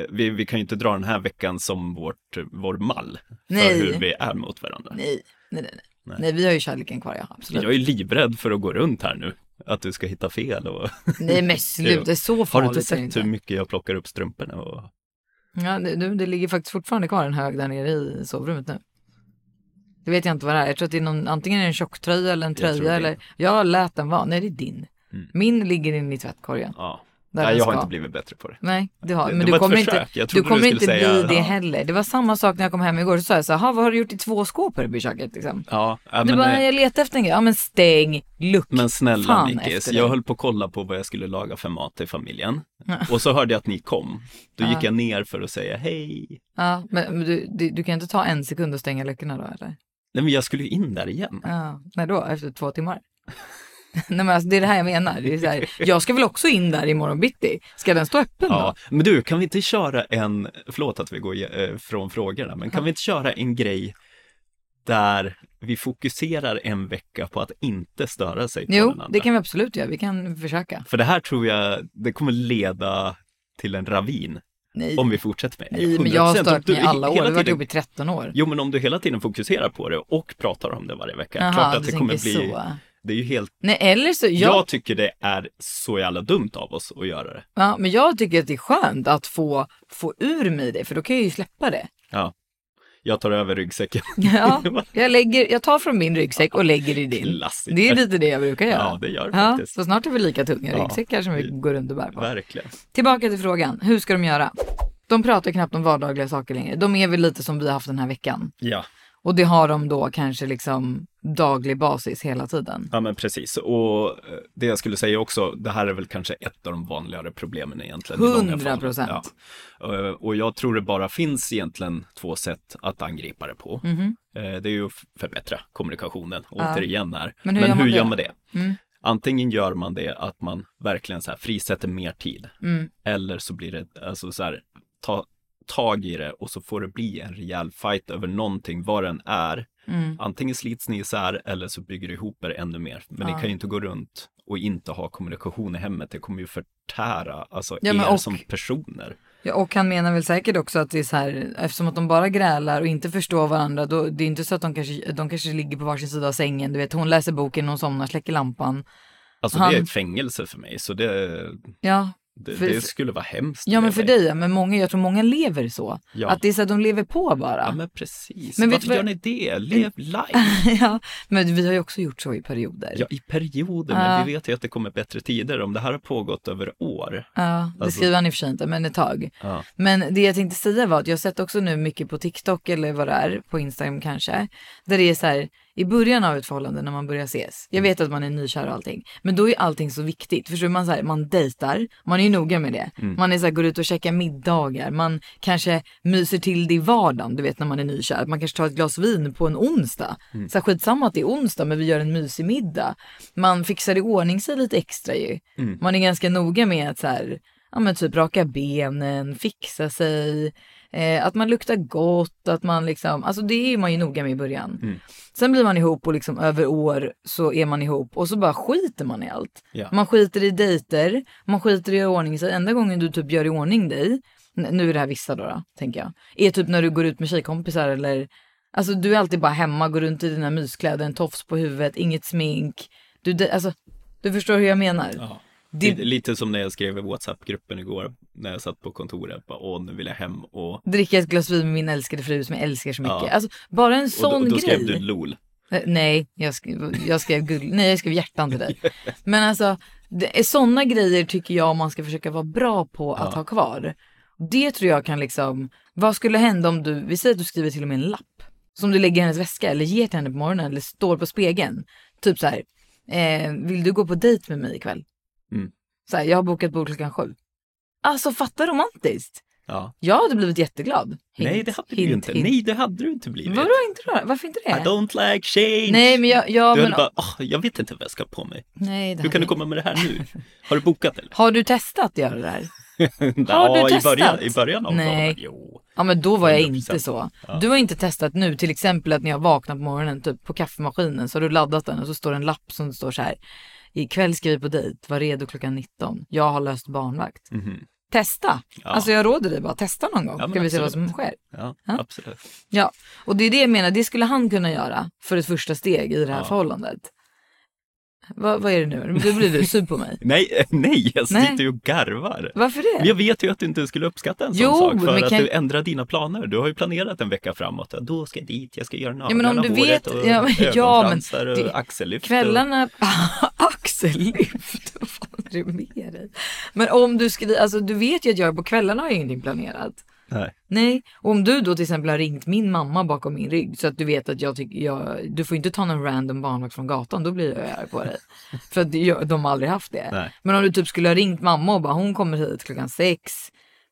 eh, vi, vi kan ju inte dra den här veckan som vårt, eh, vår mall
Nej.
för hur vi är mot varandra.
Nej, nej, nej, nej. nej. vi har ju kärleken kvar, ja. Absolut.
Jag är livrädd för att gå runt här nu, att du ska hitta fel och... [LAUGHS]
Nej, men sluta. Så farligt
Har du inte
är det
sett
inte.
hur mycket jag plockar upp strumporna? Och...
Ja, det, du, det ligger faktiskt fortfarande kvar en hög där nere i sovrummet nu. Det vet jag inte vad det är. Jag tror att det är någon, antingen är det en tjocktröja eller en
tror
tröja
det. Mm.
eller... Jag lät den vara. Nej, det är din. Min ligger in i tvättkorgen.
Ja.
Där
Nej,
den
jag har
ska.
inte blivit bättre på det.
Nej, det har
Det-
men
det
du
var ett
kommer inte,
försök. Jag
du
trodde du
kommer
skulle
inte bli
säga-
det
ja.
heller. Det var samma sak när jag kom hem igår, så sa jag så här, "Ha, vad har du gjort i två skåp här uppe i köket liksom?
Ja, ja,
Du
men,
bara,
eh,
jag letar efter en grej. Ja men stäng luckan.
men snälla
Fan
Nickis,
efter det.
jag höll på att kolla på vad jag skulle laga för mat till familjen. Och så hörde jag att ni kom. Då gick jag ner för att säga hej.
Ja, men men du, du, du kan inte ta en sekund och stänga luckorna då eller?
Nej, men jag skulle ju in där igen.
Ja, när då? Efter två timmar? [LAUGHS] Nej men alltså, det är det här jag menar. Det är så här, jag ska väl också in där imorgon bitti? Ska den stå öppen
Ja, men du, kan vi inte köra en, förlåt att vi går eh, från frågorna, men kan vi inte köra en grej där vi fokuserar en vecka på att inte störa sig på
då? Jo,
varandra?
det kan vi absolut göra. Vi kan försöka.
För det här tror jag, det kommer leda till en ravin.
Nej.
Om vi fortsätter med det.
Nej, men jag har
100%.
stört mig
Om
i
du
alla år. Det
hela
har varit
tiden-
jobbigt i 13 år.
Jo, men om du hela tiden fokuserar på det och pratar om det varje vecka,
Jaha,
klart att
du
det kommer
tänker
bli...
så.
Det är ju helt...
Nej, eller så,
Jag...
jag,
tycker det är så jävla dumt av oss att göra det.
ja, men jag tycker att det är skönt att få, få ur mig det, för då kan jag ju släppa det.
Ja. Jag tar över ryggsäcken. [LAUGHS]
Ja, jag, lägger, jag tar från min ryggsäck och lägger i din.
Klassiker.
Det är lite det jag brukar göra.
Ja, det gör det faktiskt.
Så snart är vi lika tunga
Ja.
ryggsäckar som vi går runt och bär på.
Verkligen.
Tillbaka till frågan, hur ska de göra? De pratar knappt om vardagliga saker längre. De är väl lite som vi har haft den här veckan.
Ja.
Och det har de då kanske liksom daglig basis hela tiden.
Ja men precis, och eh, det jag skulle säga också, det här är väl kanske ett av de vanligare problemen egentligen. i många fall.
100%.
Ja. Eh, Och jag tror det bara finns egentligen två sätt att angripa det på.
Mhm.
Eh, Det är ju att förbättra kommunikationen, återigen här.
Men hur gör man det? Mm.
Antingen gör man det att man verkligen så här frisätter mer tid,
Mm.
eller så blir det alltså så här, ta tag i det och så får det bli en rejäl fight över någonting, vad den är.
Mm.
Antingen slits ni isär eller så bygger du ihop er ännu mer. Men ni kan ju inte gå runt och inte ha kommunikation i hemmet. Det kommer ju förtära alltså,
Ja, men
er
och-
som personer.
Ja, och han menar väl säkert också att det är så här, eftersom att de bara grälar och inte förstår varandra, då, det är inte så att de kanske, de kanske ligger på varsin sida av sängen. Du vet, hon läser boken, hon somnar, släcker lampan.
Alltså
Han-
det är ett fängelse för mig, så det,
Ja,
det,
för-
det skulle vara hemskt.
ja men
med
för
mig.
dig, ja, men många, jag tror många lever så.
Ja.
Att det är så att de lever på bara.
Ja men precis,
Men vet
varför
du vad- Mm.
gör ni det? Lev life!
[LAUGHS] Ja, men vi har ju också gjort så i perioder.
Ja i perioder, men vi vet ju att det kommer bättre tider. Om det här har pågått över år,
Ja, det
Alltså-
skriver han i och för sig inte, men ett tag.
Ja.
Men det jag tänkte säga var att jag har sett också nu mycket på TikTok eller vad det är, på Instagram kanske, där det är så här i början av ett förhållande när man börjar ses. Jag
Mm.
vet att man är nykär och allting, men då är allting så viktigt. Förstår du? Man, så här, man dejtar, man är ju noga med det.
Mm.
Man är så här, går ut och käkar middagar, man kanske myser till det i vardagen, du vet när man är nykär. Man kanske tar ett glas vin på en onsdag.
Mm.
Så här, skitsamma att det är onsdag, men vi gör en mysig middag. Man fixar i ordning sig lite extra ju.
Mm.
Man är ganska noga med att så här, ja men typ raka benen, fixa sig, eh, att man luktar gott, att man liksom, alltså det är man ju noga med i början. Sen blir man ihop och liksom över år så är man ihop och så bara skiter man i allt.
Ja.
Man skiter i dejter, man skiter i att göra i ordning sig. Enda gången du typ gör i ordning dig, n- nu är det här vissa då, då tänker jag, är typ när du går ut med tjejkompisar eller Alltså du är alltid bara hemma, går runt i dina myskläder, en tofs på huvudet, inget smink. Du, de- alltså, du förstår hur jag menar? Det-
Lite- Lite som när jag skrev i WhatsApp-gruppen igår när jag satt på kontoret. Bara, Åh, nu vill jag hem och... och
dricka ett glas vin med min älskade fru som jag älskar så mycket.
Ja.
Alltså bara en
då,
sån
och då
grej.
skrev du LOL.
Eh, Nej, jag skrev, jag skrev, gull, nej, jag skrev hjärtan
[LAUGHS]
till dig. Men alltså, det är sådana grejer tycker jag man ska försöka vara bra på att ha kvar. Det tror jag kan liksom, vad skulle hända om du, vi säger att du skriver till och med en lapp som du lägger i hennes väska eller ger till henne på morgonen eller står på spegeln. Typ så här, eh, vill du gå på dejt med mig ikväll?
Mm.
Så här, jag har bokat bord klockan sju. Alltså fatta romantiskt.
Ja.
Jag hade blivit jätteglad. Hint,
Nej, det hade du ju
hint,
inte.
hint.
Nej, det hade du inte blivit.
Vadå inte då? Varför inte
I
det?
don't like change.
Nej, men jag... Ja,
du
men,
hade bara, "Åh, jag vet inte vad jag ska ha på mig.
nej, det
Hur
hade
kan du
jag-
komma med det här nu? Har du bokat
[LAUGHS]
eller?
Har du testat att göra det där?
ja,
du
i början,
testat?
i början av
Nej.
dagen. Jo.
Ja men då var jag
100%.
inte så. Du har inte testat nu till exempel att när jag vaknar på morgonen typ på kaffemaskinen så har du laddat den och så står det en lapp som står så här. Ikväll ska vi på dejt, var redo klockan 19. Jag har löst barnvakt. Testa! Alltså jag råder dig bara, testa någon gång.
Mhm. Ja, men
ska vi se vad
absolut.
som sker.
Ja, absolut.
Ja, och det är det jag menar, det skulle han kunna göra för ett första steg i det här förhållandet. Vad- vad är det nu? Du blir sur på mig.
Nej, eh, nej, jag
Nej.
sitter ju och garvar.
Varför
Men
det?
Jag vet ju att du inte skulle uppskatta en sån
Jo,
sak för
men
att
kan-
du ändrar dina planer. Du har ju planerat en vecka framåt. Ja, Då ska jag dit, jag ska göra
Ja, men om
naglarna,
du
håret
vet-
och
ja, [LAUGHS] men- ja, men
ögonfransar och
det-
axellyft. och-
Kvällarna, [LAUGHS] axellyft, vad fan är det med dig? Men om du skriver, alltså du vet ju att jag på kvällarna har jag ingenting planerat.
Nej.
Nej, och om du då till exempel har ringt min mamma bakom min rygg så att du vet att jag tycker, jag, du får inte ta någon random barnvakt från gatan, då blir jag arg
[LAUGHS]
på dig. För att jag, de har aldrig haft det.
Nej.
Men om du typ skulle ha ringt mamma och bara hon kommer hit klockan sex,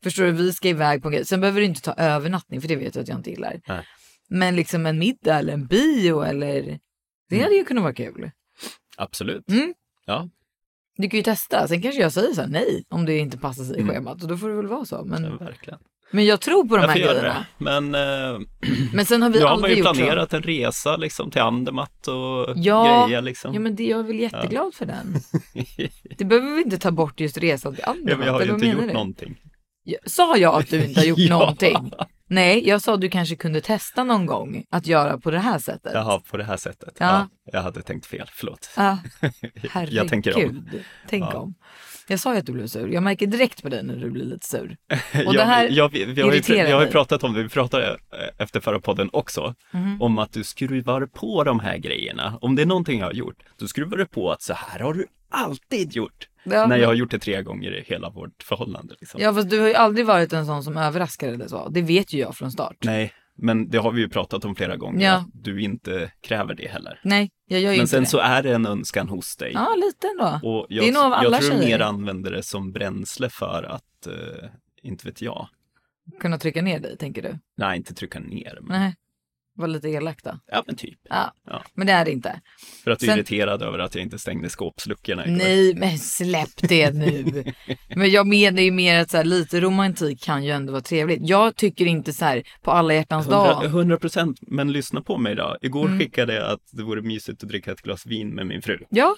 förstår du, vi ska iväg på en grej. Sen behöver du inte ta övernattning för det vet jag att jag inte gillar.
Nej.
Men liksom en middag eller en bio eller, det
Mm.
hade ju kunnat vara kul.
Absolut.
Mm.
Ja,
Du kan ju testa, sen kanske jag säger så här, nej om det inte passar sig i schemat och då får det väl vara så.
Mm. ja,
Men,
verkligen.
men jag tror på de
Jag
här
får göra
grejerna.
det. Men eh,
Men sen har vi
nu har man
aldrig
ju
gjort så.
planerat en resa liksom till Andermatt och
Ja,
grejer liksom.
ja, men det, jag är väl
[LAUGHS]
jätteglad för den. Det behöver vi inte ta bort just resan till
Ja, men
Andermatt.
jag har ju
eller vad
inte
menar
gjort
du?
någonting.
Jag- Sa jag att du inte har
[LAUGHS]
gjort
Ja.
någonting? Nej, jag sa att du kanske kunde testa någon gång att göra på det här sättet.
Jaha, på det här sättet.
Ja.
Ja. jag hade tänkt fel, förlåt.
Ja,
[LAUGHS] Jag- jag tänker om.
herregud. Tänk
Ja.
om. Jag sa ju att du blev sur. Jag märker direkt på dig när du blir
[LAUGHS]
lite sur.
Jag,
Och det här
jag, vi, vi, har ju,
irriterar
vi har ju
mig.
pratat om det, vi pratade eh, efter förra podden också,
Mhm.
om att du skruvar på de här grejerna. Om det är någonting jag har gjort, då skruvar du på att så här har du alltid gjort.
Ja,
när
men-
jag har gjort det tre gånger i hela vårt förhållande. Liksom.
Ja, fast du har ju aldrig varit en sån som överraskar eller så. Det vet ju jag från start.
Nej, men det har vi ju pratat om flera gånger,
Ja.
att du inte kräver det heller.
Nej, jag gör ju
Men
inte
sen
det.
så är det en önskan hos dig.
Ja, lite ändå.
Och
det är
jag,
nog av alla
jag tror du
tjejer
mer använder det som bränsle för att, eh, inte vet jag,
kunna trycka ner dig, tänker du.
nej inte trycka ner, men,
Nej, var lite elakt då.
ja men typ.
Ja.
Ja.
Men det är det inte.
För att du är
Sen-
irriterad över att jag inte stängde skåpsluckorna igår.
Nej, men släpp
[LAUGHS]
det nu. men jag menar ju mer att så här, lite romantik kan ju ändå vara trevligt. Jag tycker inte så här på alla hjärtans dag.
100 procent, men lyssna på mig då. Igår
Mm.
skickade jag att det vore mysigt att dricka ett glas vin med min fru.
Ja,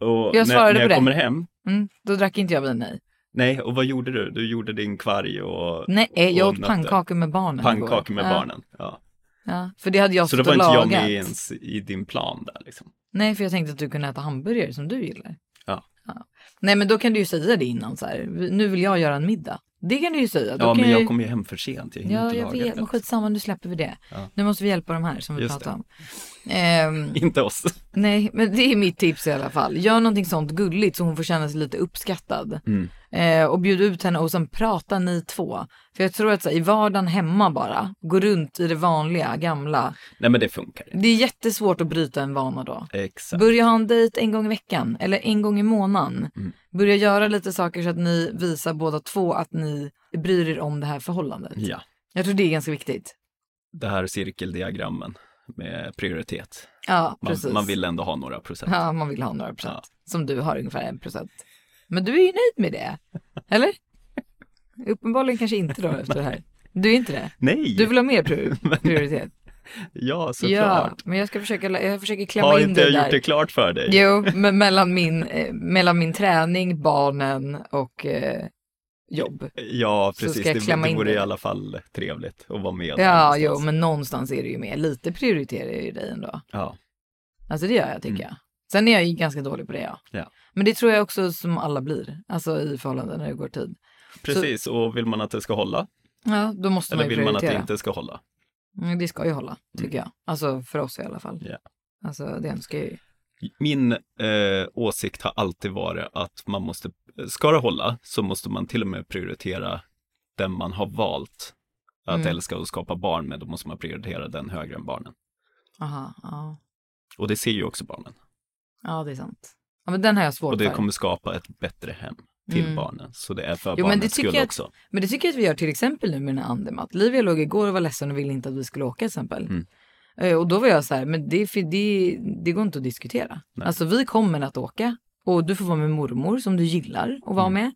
Och
Jag svarade
när, när jag
på det.
kommer hem,
mm, då drack inte jag vin, nej.
nej, och vad gjorde du? Du gjorde din kvarg och
Nej, eh, jag
och
åt
nötter.
pannkakor med barnen igår.
Pannkakor med
ja,
barnen, ja.
Ja, för det hade jag
Så då
stått
var
och
inte jag
lagat.
med ens i din plan där liksom.
Nej, för jag tänkte att du kunde äta hamburgare som du gillar.
Ja.
Nej, men då kan du ju säga det innan så här. Nu vill jag göra en middag. Det kan du ju säga. Då
Ja,
kan
men
ju-
jag kommer ju hem för sent, jag hinner
Ja,
inte
jag
laga
vet. Men
det.
skitsamma, nu släpper vi det.
Ja.
Nu måste vi hjälpa de här som vi
Just det.
pratade om. Ehm,
[LAUGHS] Inte oss.
nej, men det är mitt tips i alla fall. Gör någonting sånt gulligt så hon får känna sig lite uppskattad.
Mm.
Eh, och bjud ut henne och sen prata ni två. För jag tror att så här, i vardagen hemma bara, gå runt i det vanliga, gamla.
Nej, men det funkar inte.
Det är jättesvårt att bryta en vana då.
Exakt.
Börja ha en dejt en gång i veckan eller en gång i månaden.
Mm.
Börja göra lite saker så att ni visar båda två att ni bryr er om det här förhållandet.
Ja,
Jag tror det är ganska viktigt.
det här cirkeldiagrammen med prioritet.
Ja,
Man,
precis.
man vill ändå ha några procent.
Ja, man vill ha några procent. Som du har ungefär en procent. Men du är ju nöjd med det,
[LAUGHS]
eller? Uppenbarligen kanske inte då efter det här. Du är inte det?
Nej,
Du vill ha
[LAUGHS]
mer prior- prioritet?
ja
ja,
såklart.
men jag ska försöka, la- jag försöker klämma
Har
in
inte
dig
jag gjort
där.
det klart för dig?
Jo, men mellan min, eh, mellan min träning, barnen och eh, jobb.
Ja,
Så
precis.
ska jag
Det,
klämma
det
in
vore
det.
i alla fall trevligt att vara med.
Ja,
någonstans.
jo, men någonstans är det ju med. Lite prioriterar jag ju dig ändå.
Ja,
Alltså det gör jag tycker jag. Sen är jag ju ganska dålig på det ja.
Mm. ja.
Men det tror jag också som alla blir, alltså i förhållanden när det går tid.
Precis, och vill man att det ska hålla?
Ja, då måste
Eller
man ju
vill man att
prioritera.
det inte ska hålla?
Mm, det ska ju hålla, tycker jag. Alltså för oss i alla fall.
Ja.
Alltså det önskar jag ju.
Min eh, åsikt har alltid varit att man måste, ska det hålla, så måste man till och med prioritera den man har valt att
Mm.
älska och skapa barn med. Då måste man prioritera den högre än barnen.
Aha, ja.
Och det ser ju också barnen.
ja, det är sant. Ja, men den har jag svårt
Och det
för.
kommer skapa ett bättre hem till barnen. Så det är för
Mm. Jo, men, det
barnens skull
tycker jag,
också.
men det tycker jag att vi gör till exempel nu med den här andemat. Livia låg igår och var ledsen och ville inte att vi skulle åka till exempel.
Mm.
Eh, Och då var jag så här, men det, är för- det, det går inte att diskutera. Alltså vi kommer att åka och du får vara med mormor som du gillar och vara
Mm.
med.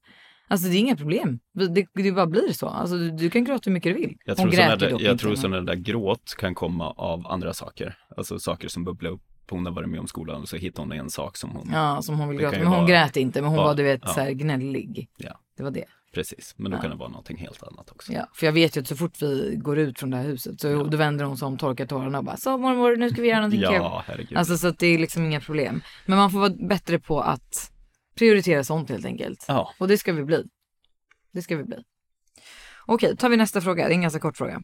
Alltså det är inga problem. Vi- Det, det bara blir så. Alltså du, du kan gråta hur mycket du vill.
Jag
Hon
tror, sådana
grät ju
där,
dock
jag
inte,
tror
men-
sådana där gråt kan komma av andra saker. Alltså saker som bubblar upp. Hon har varit med om skolan och så hittar hon en sak som hon...
Ja, som hon vill
Det
gråta.
kan ju
Men hon
vara-
grät inte, men hon
vara-
var du vet
ja.
så här gnällig.
Ja,
Det var det.
precis. Men då kan det vara någonting helt annat också.
Ja, för jag vet ju att så fort vi går ut från det här huset så då vänder hon sig om, torkar tårarna och bara så mormor, nu ska vi göra någonting
Ja,
kul.
herregud.
Alltså så att det är liksom inga problem. Men man får vara bättre på att prioritera sånt helt enkelt.
Ja.
Och det ska vi bli. Det ska vi bli. Okej, tar vi nästa fråga. Det är en ganska kort fråga.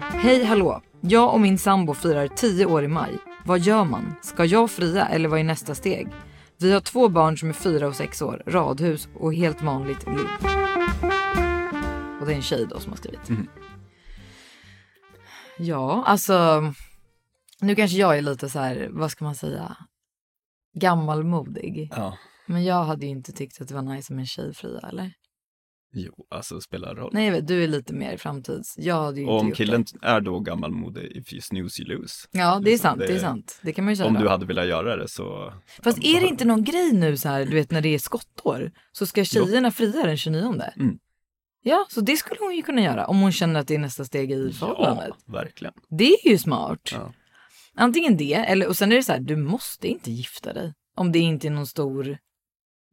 Hej hallå! Jag och min sambo firar 10 år i maj. Vad gör man? Ska jag fria eller vad är nästa steg? Vi har två barn som är fyra och sex år, radhus och helt vanligt ligg. Och det är en tjej då som har skrivit. Ja, alltså. Nu kanske jag är lite så här, vad ska man säga, gammalmodig.
Ja.
Men jag hade ju inte tyckt att det var nice om en tjej fria, eller?
Jo, alltså spelar roll.
Nej, jag vet, du är lite mer framtids. Jag hade ju
och
inte
om
gjort
killen är då gammalmodig, if you snooze you lose.
det. Ja, det är
Liksom,
sant. Det, är sant. Det kan man ju säga.
Om
då.
du hade velat göra det så...
Fast
ja,
är det inte någon grej nu så här, du vet när det är skottår, så ska tjejerna fria den 29?
Mm.
Ja, så det skulle hon ju kunna göra om hon känner att det är nästa steg i förhållandet.
Ja, verkligen.
Det är ju smart.
Ja.
Antingen det, eller, och sen är det så här, du måste inte gifta dig om det inte är någon stor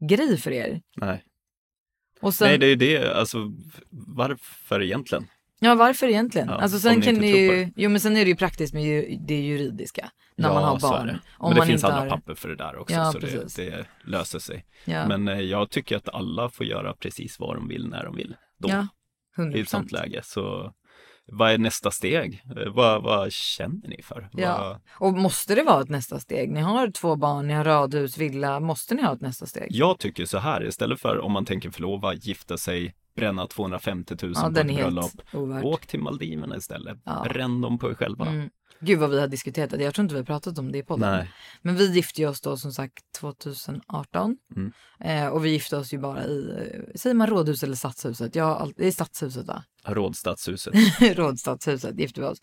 grej för er.
Nej.
Och sen,
Nej, det är det, alltså varför egentligen?
Ja, varför egentligen?
Ja,
alltså
om
sen
ni
kan
inte
ni
tror på
ju, jo men sen är det ju praktiskt med ju, det juridiska när
ja,
man har
så är
barn.
det.
Om
Men det
man
finns
inte
alla
har-
papper för det där också,
Ja,
så det,
precis.
det löser sig.
Ja.
Men eh, jag tycker att alla får göra precis vad de vill när de vill. Då,
Ja, 100%.
I ett sånt läge. Så vad är nästa steg? Eh, Vad, vad känner ni för? Vad...
Ja. Och måste det vara ett nästa steg? Ni har två barn, ni har radhus, villa. Måste ni ha ett nästa steg?
Jag tycker så här, istället för om man tänker förlova, gifta sig, bränna 250 000
Ja,
på ett
den är helt
bröllop.
ovärt.
Åk till Maldiverna istället. Bränn dem på er själva.
Mm. Gud vad vi har diskuterat det. Jag tror inte vi har pratat om det i podden.
Nej.
Men vi gifte ju oss då som sagt 2018.
Mm.
Eh, och vi gifte oss ju bara i, eh, säger man rådhus eller stadshuset? Ja, all... det är stadshuset va? [LAUGHS]
Rådstadshuset.
Rådstadshuset gifte vi oss.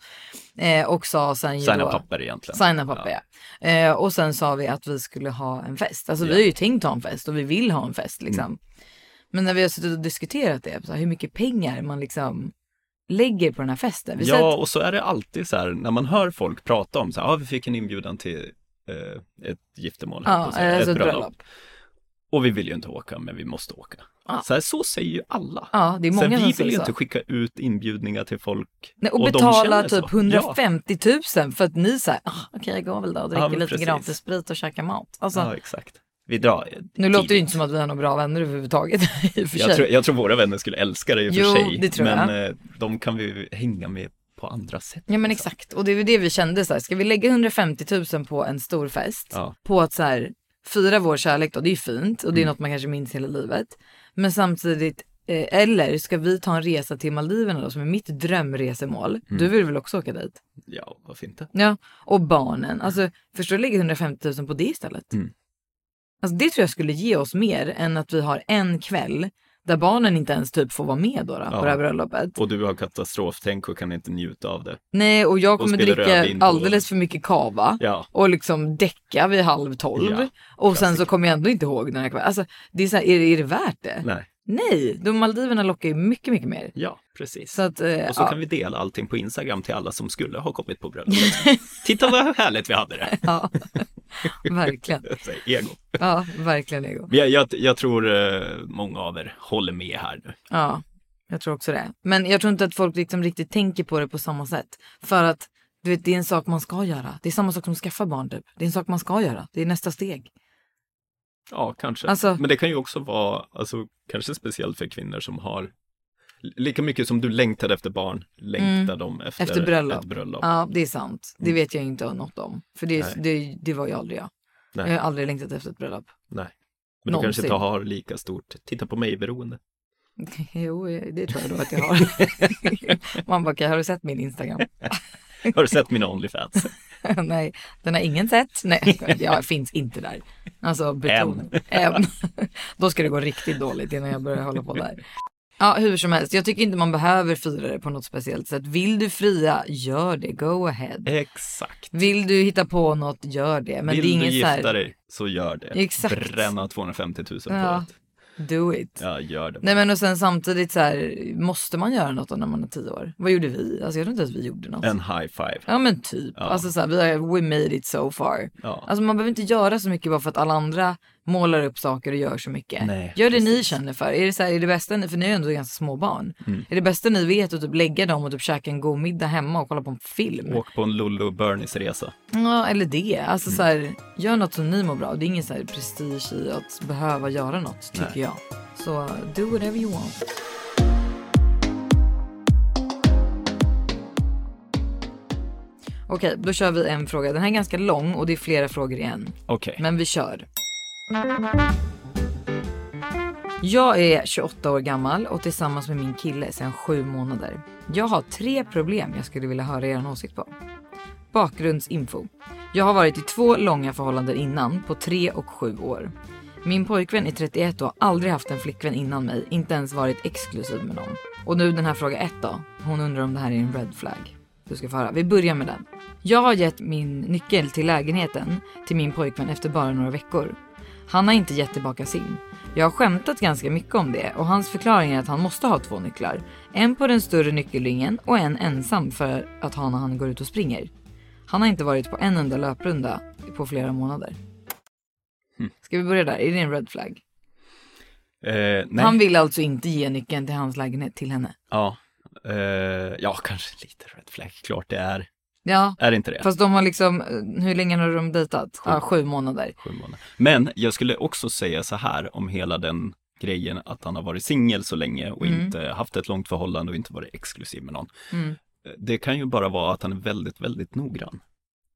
Eh, och sa sen ju
Signa
då...
papper egentligen.
Signa papper ja. Eh, och sen sa vi att vi skulle ha en fest. Alltså vi har ju tänkt ha en fest och vi vill ha en fest liksom.
Mm.
Men när vi har suttit och diskuterat det, så här, hur mycket pengar man liksom lägger på den här festen. Vi säger
Ja,
att-
och så är det alltid så här när man hör folk prata om så här, ja, vi fick en inbjudan till eh, ett giftermål, höll jag på
ja,
att säga,
alltså ett bröllop.
Och vi vill ju inte åka, men vi måste åka. Så, här, så säger ju alla.
Ja, det är
Så
många
vi
som
vill
säger
ju
så.
inte skicka ut inbjudningar till folk.
Nej, och,
de
betala
känner
typ
så.
150 000 för att ni säger, ah, okej jag går väl då och dricker
men
lite
precis.
gratis sprit och käkar mat. Alltså,
Ja, ja exakt. Vi drar. eh,
nu låter det ju
tidigt.
inte som att vi har några bra vänner överhuvudtaget. [LAUGHS] I och för sig.
jag tror, jag tror våra vänner skulle älska det i och för
Jo,
sig.
det tror
men
jag.
eh, de kan vi ju hänga med på andra sätt. liksom.
Ja men exakt, och det var det vi kände så här, ska vi lägga 150 000 på en stor fest,
Ja.
på att så här, fira vår kärlek då, det är ju fint och det är
Mm.
något man kanske minns hela livet. Men samtidigt, eh, eller ska vi ta en resa till Maldiverna då som är mitt drömresemål,
Mm.
du vill väl också åka dit?
Ja, varför inte?
Ja, och barnen, alltså förstår du, lägga 150 000 på det istället.
Mm.
Alltså det tror jag skulle ge oss mer än att vi har en kväll där barnen inte ens typ får vara med då, då på
Ja.
det här bröllopet.
Och du har katastroftänk och kan inte njuta av det.
Nej, och jag kommer
spela
dricka
rödvin på-
alldeles för mycket kava
Ja.
och liksom däcka vid halv tolv.
Ja,
och sen så kommer jag ändå inte ihåg den här kvällen. Alltså, det är, så här, är, det, är det värt det?
Nej.
Nej, de Maldiverna lockar ju mycket, mycket mer.
Ja, precis.
Så att, eh,
Och så
ja.
kan vi dela allting på Instagram till alla som skulle ha kommit på
[LAUGHS]
bröllopet. Titta vad härligt vi hade det!
Ja, [LAUGHS] verkligen.
Så här, Ego.
Ja, verkligen Ego.
Men jag, jag, jag tror eh, många av er håller med här nu.
Ja, jag tror också det. Men jag tror inte att folk liksom riktigt tänker på det på samma sätt. För att du vet, det är en sak man ska göra. Det är samma sak som att skaffa barn typ. Det är en sak man ska göra. Det är nästa steg.
Ja, kanske.
Alltså-
Men det kan ju också vara, alltså, kanske speciellt för kvinnor som har lika mycket som du längtade efter barn, längtar de efter,
Mm. Efter bröllop.
ett bröllop. Mm.
Ja, det är sant. Det vet jag inte något om. För det, det, det var jag aldrig jag.
Nej.
Jag har aldrig längtat efter ett bröllop.
Nej. Men du kanske
Någonsin.
inte har lika stort, titta på mig-beroende.
[LAUGHS] Jo, det tror jag då att jag har. [LAUGHS] Man bara, "Okej, har du sett min Instagram? [LAUGHS]
Har du sett mina Onlyfans?
Nej, den har ingen sett. Nej, [LAUGHS] jag finns inte där. Alltså beton. M. [LAUGHS] Då ska det gå riktigt dåligt innan jag börjar hålla på där. Ja, hur som helst. Jag tycker inte man behöver fira det på något speciellt sätt. Vill du fria, gör det. Go ahead.
Exakt.
Vill du hitta på något, gör det. Men
Eh. Vill
det är
du
ingen så
gifta
här,
dig så gör det.
Exakt.
Bränna 250 000 på
Ja.
ett.
do it.
Ja, gör det.
Nej men och sen samtidigt så här, måste man göra något då när man är tio år? Vad gjorde vi? Alltså jag tror inte att vi gjorde något.
En high five.
Ja men typ, alltså så här, vi har, we made it so far.
Ja.
Alltså man behöver inte göra så mycket bara för att alla andra målar upp saker och gör så mycket.
Nej,
gör det ni känner för. Är det så här, är det bästa ni, för ni är ju ändå ganska små barn.
Mm.
Är det bästa ni vet att typ lägga dem och typ käka en god middag hemma och kolla på en film?
Åk på en Lollo och Bernies resa.
Ja, eller det. Alltså så här, gör något som ni mår bra av. Det är ingen så här prestige i att behöva göra något, tycker jag. Så do whatever you want. Okej, då kör vi en fråga. Den här är ganska lång och det är flera frågor i en.
Okej.
Men vi kör. Jag är 28 år gammal och tillsammans med min kille sedan sju månader. Jag har tre problem jag skulle vilja höra er åsikt på. Bakgrundsinfo. Jag har varit i två långa förhållanden innan på tre och sju år. Min pojkvän är 31 och har aldrig haft en flickvän innan mig, inte ens varit exklusiv med någon. Och nu den här fråga ett då. Hon undrar om det här är en red flag. Du ska få höra. Vi börjar med den. Jag har gett min nyckel till lägenheten till min pojkvän efter bara några veckor. Han har inte gett tillbaka sin. Jag har skämtat ganska mycket om det och hans förklaring är att han måste ha två nycklar. En på den större nyckelringen och en ensam för att ha när han går ut och springer. Han har inte varit på en enda löprunda på flera månader. Ska vi börja där? Är det en red flag?
Eh, nej.
Han vill alltså inte ge nyckeln till hans lägenhet till henne.
Ja. Eh, ja, [LAUGHS] kanske lite red flag. Klart det är.
Ja,
Är det inte det?
fast de har liksom, hur länge har de dejtat? Sju, ja, sju månader.
Sju månader. Men jag skulle också säga så här om hela den grejen att han har varit singel så länge och inte haft ett långt förhållande och inte varit exklusiv med någon. Eh, Det kan ju bara vara att han är väldigt, väldigt noggrann.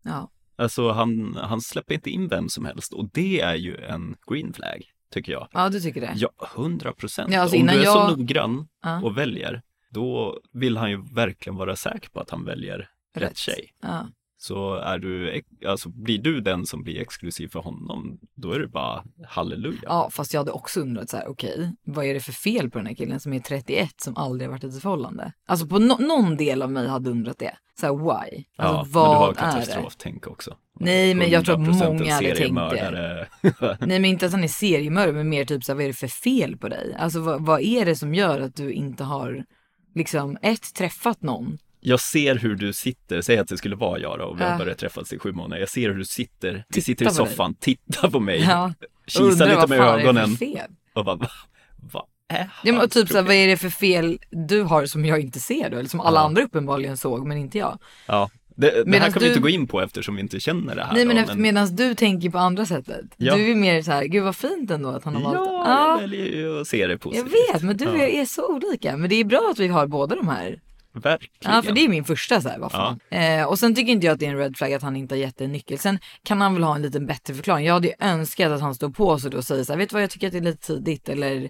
Ja.
Alltså han, han släpper inte in vem som helst och det är ju en green flag, tycker jag.
ja, du tycker det?
Ja, hundra procent.
Ja, alltså
Om
innan
du är så
jag-
noggrann och väljer, då vill han ju verkligen vara säker på att han väljer rätt, tjej.
Ja.
Så är du, ex- alltså blir du den som blir exklusiv för honom, då är det bara halleluja.
ja, fast jag hade också undrat så här, okej, vad är det för fel på den här killen som är 31 som aldrig har varit i ett förhållande? Alltså på no- någon del av mig hade undrat det. Så här, why? Alltså
Ja, men du har
vad är det?
katastroftänk också.
Nej, men jag tror att
100% en
många hade tänkt det.
seriemördare. [LAUGHS]
Nej men inte att han är seriemördare men mer typ så här, vad är det för fel på dig? Alltså vad, vad är det som gör att du inte har liksom ett träffat någon?
Jag ser hur du sitter, säg att det skulle vara jag då och vi har
Ja.
börjat träffas i sju månader. Jag ser hur du sitter, vi
Titta
sitter i
på dig.
soffan, tittar på mig,
Ja.
kisar
Undrar
lite
vad
med
fan är det för
ögonen
fel?
och bara, "Va- vad är
Ja, men,
hans
och typ så här,
problem?"
vad är det för fel du har som jag inte ser då? Eller som alla andra uppenbarligen såg men inte jag.
Ja, det, det här
Medan
kan vi inte
du-
gå in på eftersom vi inte känner det här.
Nej men,
då,
efter, medan du tänker på andra sättet.
Ja.
Du är mer så här, gud vad fint ändå att han har
Ja,
valt det.
jag väljer ju att se det
jag
positivt.
vet men du och
ja,
jag är så olika. Men det är bra att vi har båda de här
Verkligen.
Ja, för det är min första så här, vad fan. Eh, och sen tycker inte jag att det är en red flag att han inte har gett en nyckel. Sen kan han väl ha en lite bättre förklaring. Jag hade ju önskat att han stod på sig då och säger så här, vet du vad jag tycker att det är lite tidigt eller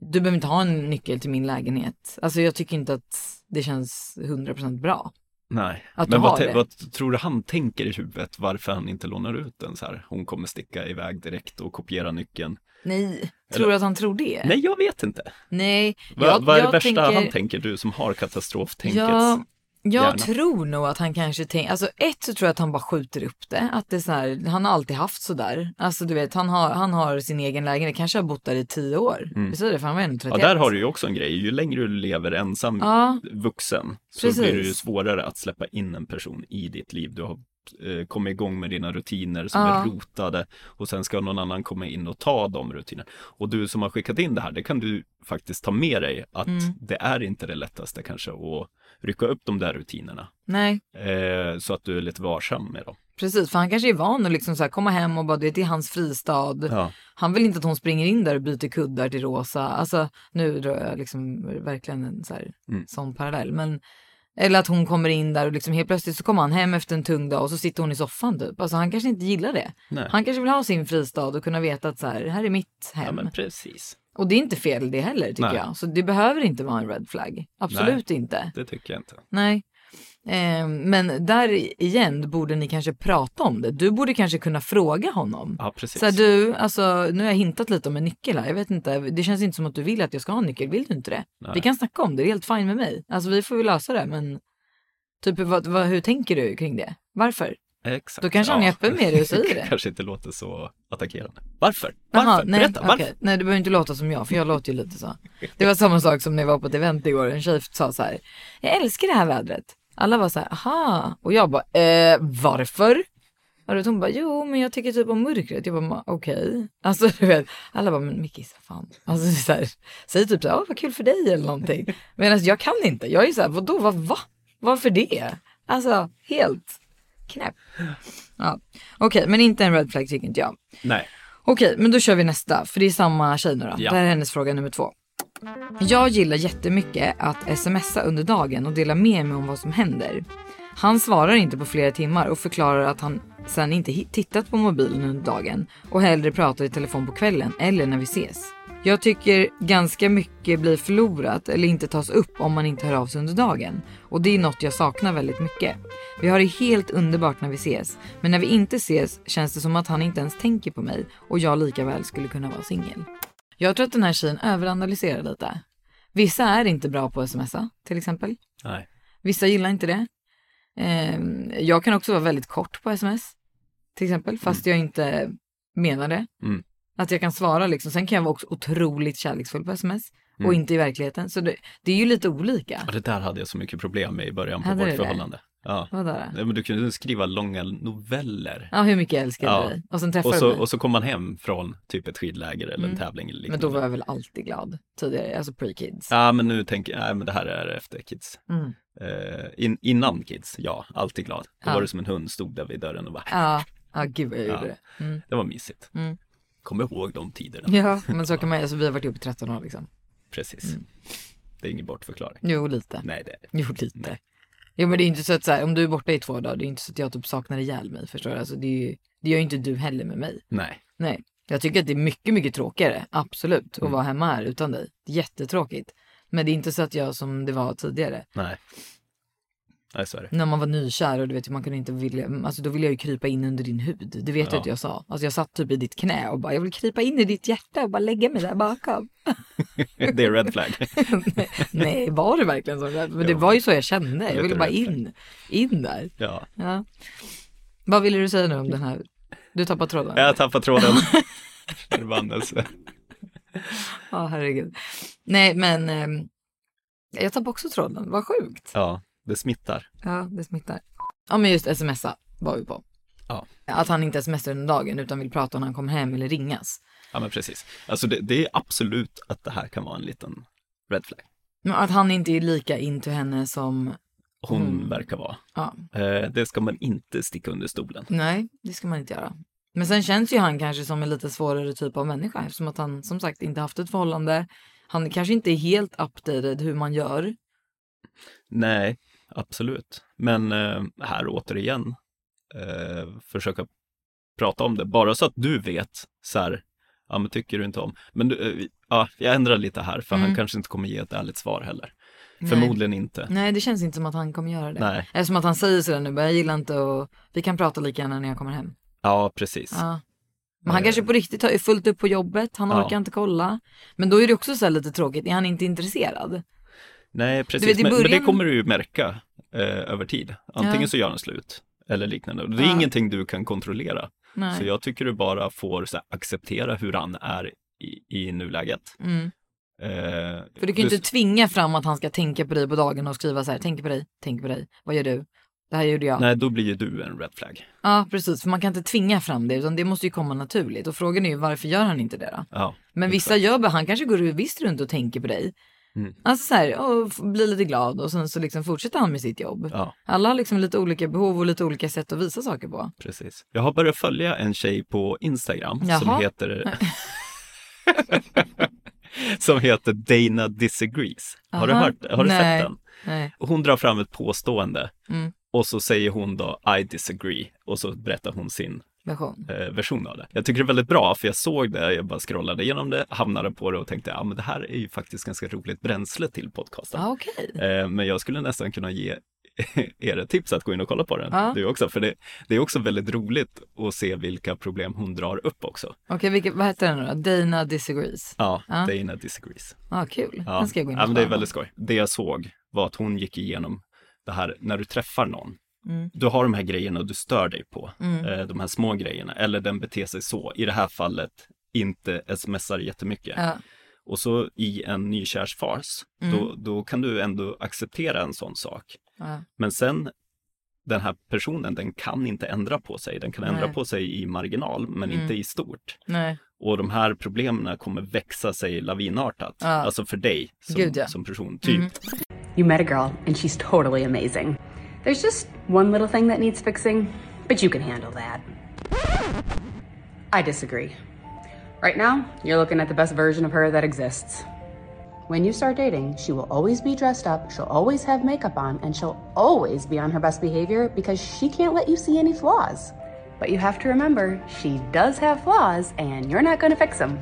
du behöver inte ha en nyckel till min lägenhet. Alltså jag tycker inte att det känns 100% bra.
Nej,
Att
men
du
vad,
har
te-
det.
vad tror du han tänker i huvudet varför han inte lånar ut den så här? Hon kommer sticka iväg direkt och kopiera nyckeln.
Nej, tror du att han tror det?
Nej, jag vet inte.
Nej.
Va,
Eh. jag-
vad är det
jag
värsta han tänker, du som har katastroftänket?
Ja, jag
hjärna.
tror nog att han kanske tänker, alltså ett så tror jag att han bara skjuter upp det. Att det är så här, han har alltid haft sådär. Alltså du vet, han har, han har sin egen lägenhet, kanske har bott där i tio år. Vi säger det, för han var ändå 31.
Mm. Ja, där har du ju också en grej. Ju längre du lever ensam
Ja.
vuxen så
Precis.
blir det ju svårare att släppa in en person i ditt liv. Du har eh, kommit igång med dina rutiner som
Ja.
är rotade och sen ska någon annan komma in och ta de rutinerna. Och du som har skickat in det här, det kan du faktiskt ta med dig att
Mm.
det är inte det lättaste kanske att rycka upp de där rutinerna.
Nej,
Eh, så att du är lite varsam med dem.
precis. För han kanske är van att liksom så här komma hem och bara, du vet, det är hans fristad.
Ja.
Han vill inte att hon springer in där och byter kuddar till rosa. Alltså nu drar jag liksom verkligen en så här,
Mm.
sån parallell. Men, eller att hon kommer in där och liksom helt plötsligt så kommer han hem efter en tung dag och så sitter hon i soffan typ. Alltså han kanske inte gillar det.
Nej.
Han kanske vill ha sin fristad och kunna veta att så här, här är mitt
ja,
hem.
men precis.
Och det är inte fel det heller tycker
Nej.
jag. Så det behöver inte vara en red flag. Absolut inte.
Det tycker jag inte.
Nej. Eh, men där igen borde ni kanske prata om det. Du borde kanske kunna fråga honom.
Ja, precis.
Så här, du, alltså, nu har jag hintat lite om en nyckel här. Jag vet inte, det känns inte som att du vill att jag ska ha en nyckel. Vill du inte det? Vi kan snacka om det, det är helt fint med mig. Alltså vi får väl lösa det, men typ, vad, vad, hur tänker du kring det? Varför?
Exakt.
Då kanske han är öppen med det och säger det.
[LAUGHS] kanske inte låter så attackerande. Varför?
Jaha,
Varför?
nej,
Berätta, varför?
okej. Nej, du behöver inte låta som jag, för jag låter ju lite så. Det var samma sak som när jag var på ett event igår. En tjej sa så här, jag älskar det här vädret. Alla var så här, aha. Och jag bara, eh, varför? Och då hon bara, jo men jag tycker typ om mörkret. Jag bara, "Ma, okej. Alltså du vet, alla bara, men Mickis, vad fan. Alltså det är så här, säg typ så här, "Åh, vad kul för dig eller någonting. Men alltså jag kan inte. Jag är så här, vadå, vad, va? Varför det? Alltså helt knäpp. Ja. Okej, men inte en red flag tycker inte jag.
Nej.
Okej, men då kör vi nästa, för det är samma tjej nu då.
Ja.
Det här är hennes fråga nummer två. Jag gillar jättemycket att smsa under dagen och dela med mig om vad som händer. Han svarar inte på flera timmar och förklarar att han sen inte hi- tittat på mobilen under dagen och hellre pratar i telefon på kvällen eller när vi ses. Jag tycker ganska mycket blir förlorat eller inte tas upp om man inte hör av sig under dagen och det är något jag saknar väldigt mycket. Vi har det helt underbart när vi ses men när vi inte ses känns det som att han inte ens tänker på mig och jag lika väl skulle kunna vara singel. Jag tror att den här tjejen överanalyserar lite. Vissa är inte bra på att smsa till exempel.
Nej.
Vissa gillar inte det. Eh, jag kan också vara väldigt kort på sms, till exempel, fast jag inte menar det.
Mm.
Att jag kan svara liksom. Sen kan jag vara också otroligt kärleksfull på sms
Mm.
och inte i verkligheten. Så det, det är ju lite olika.
Ja, det där hade jag så mycket problem med i början på
Hade du
vårt
det?
förhållande. Ja.
Vadå då?
Nej, men du kunde skriva långa noveller.
Ja, hur mycket jag älskade
Ja.
dig. Och sen träffade
Och så,
du mig.
och så kom man hem från typ ett skidläger eller en tävling eller
Men då
liknande.
var jag väl alltid glad tidigare, alltså pre-kids.
Ja, men nu tänker jag, nej men det här är efter kids. Eh, in, innan kids, ja, alltid glad. Då
Mm. Ja.
var det som en hund, stod där vid dörren och bara,
Ja, ja gud vad jag
Ja.
gjorde det. Mm.
det var mysigt.
Mm.
Kom ihåg de tiderna.
Ja, men så kan man alltså vi har varit ihop i 13 år liksom.
Precis. Det är ingen bortförklaring.
Jo, lite.
Nej, det är det.
[LAUGHS] Jo, lite. Jo, men det är inte så att så här, om du är borta i två dagar, det är inte så att jag typ saknar ihjäl mig, förstår du? Alltså det, är ju, det gör ju inte du heller med mig.
Nej.
Nej, jag tycker att det är mycket, mycket tråkigare, absolut, att vara hemma här utan dig. Jättetråkigt. Men det är inte så att jag som det var tidigare,
Nej. Nej, så är det.
när man var nykär och du vet, man kunde inte vilja, alltså då ville jag ju krypa in under din hud. Det vet du
Ja.
att jag sa. Alltså jag satt typ i ditt knä och bara, jag vill krypa in i ditt hjärta och bara lägga mig där bakom. [LAUGHS]
Det är red flag.
Nej, var det verkligen så? Men det
Jo.
var ju så jag kände. Jag
Lite
ville bara
rädd för
in, in där.
Ja.
Ja. Vad ville du säga nu om den här? Du tappar tråden?
Jag tappar tråden. Förbannelse.
Ja, herregud. Nej, men ehm, jag tappade också tråden. Vad sjukt.
Ja, det smittar.
Ja, det smittar. Ja, men just smsa var vi på.
Ja.
Att han inte smsar under dagen utan vill prata när han kommer hem eller ringas.
Ja, men precis. Alltså det, det är absolut att det här kan vara en liten red flag.
Men att han inte är lika into henne som,
Hon verkar vara.
ja,
Eh, det ska man inte sticka under stolen.
nej, det ska man inte göra. Men sen känns ju han kanske som en lite svårare typ av människa eftersom att han som sagt inte haft ett förhållande. Han kanske inte är helt updated hur man gör.
Nej, absolut. Men eh, här återigen, eh, försöka prata om det. Bara så att du vet, så här, ja men tycker du inte om. Men du, eh, ja, jag ändrar lite här, för
Mm.
han kanske inte kommer ge ett ärligt svar heller. Förmodligen inte.
Nej, det känns inte som att han kommer göra det.
Nej.
Eftersom att han säger sådär nu, bara, jag gillar inte och vi kan prata lika gärna när jag kommer hem.
Ja, precis.
Ja. Men han kanske på riktigt har fullt upp på jobbet, han
Eh. Ja.
orkar inte kolla. Men då är det också så här lite tråkigt, är han inte intresserad?
Nej, precis.
vet, i
men, men det
början-
kommer du ju märka eh, över tid. Antingen
Ja.
så gör han slut eller liknande. Och Det är
Ja.
ingenting du kan kontrollera.
Nej.
Så jag tycker du bara får så här, acceptera hur han är i, i nuläget.
Mm.
Eh,
För du kan ju inte tvinga fram att han ska tänka på dig på dagen och skriva så här, tänk på dig, tänk på dig, vad gör du? Det här gjorde jag.
Nej, då blir ju du en red flag.
Ja, precis, för man kan inte tvinga fram det utan det måste ju komma naturligt. Och frågan är ju varför gör han inte det då?
Ja,
Men vissa
exakt.
gör bara, han kanske går visst runt och tänker på dig.
Mm.
Alltså så här, och f- blir lite glad och sen så liksom fortsätter han med sitt jobb.
Ja,
Alla har liksom lite olika behov och lite olika sätt att visa saker på.
precis. Jag har börjat följa en tjej på Instagram som
Jaha.
heter [LAUGHS] som heter Dana Disagrees. Har du,
Aha.
hört, har du
Nej.
sett den?
Nej.
Och Hon drar fram ett påstående och så säger hon då I disagree och så berättar hon sin
version.
eh, version av det. Jag tycker det är väldigt bra för jag såg det, jag bara scrollade igenom det, hamnade på det och tänkte ja men det här är ju faktiskt ganska roligt bränsle till podcasten.
Ah, Okej. [LAUGHS]
Eh, Men jag skulle nästan kunna ge [LAUGHS] er ett tips att gå in och kolla på den.
Ja.
Du också, för det, det är också väldigt roligt att se vilka problem hon drar upp också.
Okej, vilket- vad heter den då? Dana Disagrees.
Ja,
Ja.
Dana disagrees.
Ah, kul.
Ja.
Den ska jag gå in
ja,
och
men det är
kolla.
väldigt skoj. Det jag såg var att hon gick igenom det här när du träffar någon.
Mm.
Du har de här grejerna du stör dig på, eh, de här små grejerna, eller den beter sig så, i det här fallet inte smsar jättemycket.
Ja. Mm.
Och så i en nykärsfas, då, då kan du ändå acceptera en sån sak.
Ja.
Men sen, den här personen, den kan inte ändra på sig. Den kan ändra
Nej. Mm.
på sig i marginal, men inte i stort.
Nej.
Och de här problemen kommer växa sig lavinartat.
Ja.
Alltså för dig som,
Gud, ja. Mm.
som person, typ.
You met a girl, and she's totally amazing. There's just one little thing that needs fixing, but you can handle that. I disagree. Right now, you're looking at the best version of her that exists. When you start dating, she will always be dressed up, she'll always have makeup on, and she'll always be on her best behavior because she can't let you see any flaws. But you have to remember, she does have flaws, and you're not gonna fix them.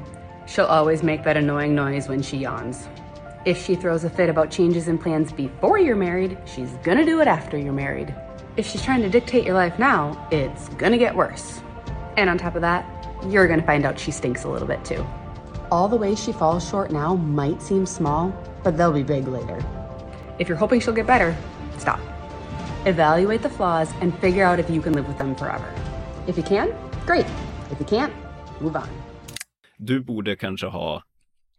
She'll always make that annoying noise when she yawns. If she throws a fit about changes in plans before you're married, she's gonna do it after you're married. If she's trying to dictate your life now, it's gonna get worse. And on top of that, you're gonna find out she stinks a little bit too. All the ways she falls short now might seem small, but they'll be big later. If you're hoping she'll get better, stop. Evaluate the flaws and figure out if you can live with them forever. If you can, great. If you can't, move on.
Du borde kanske ha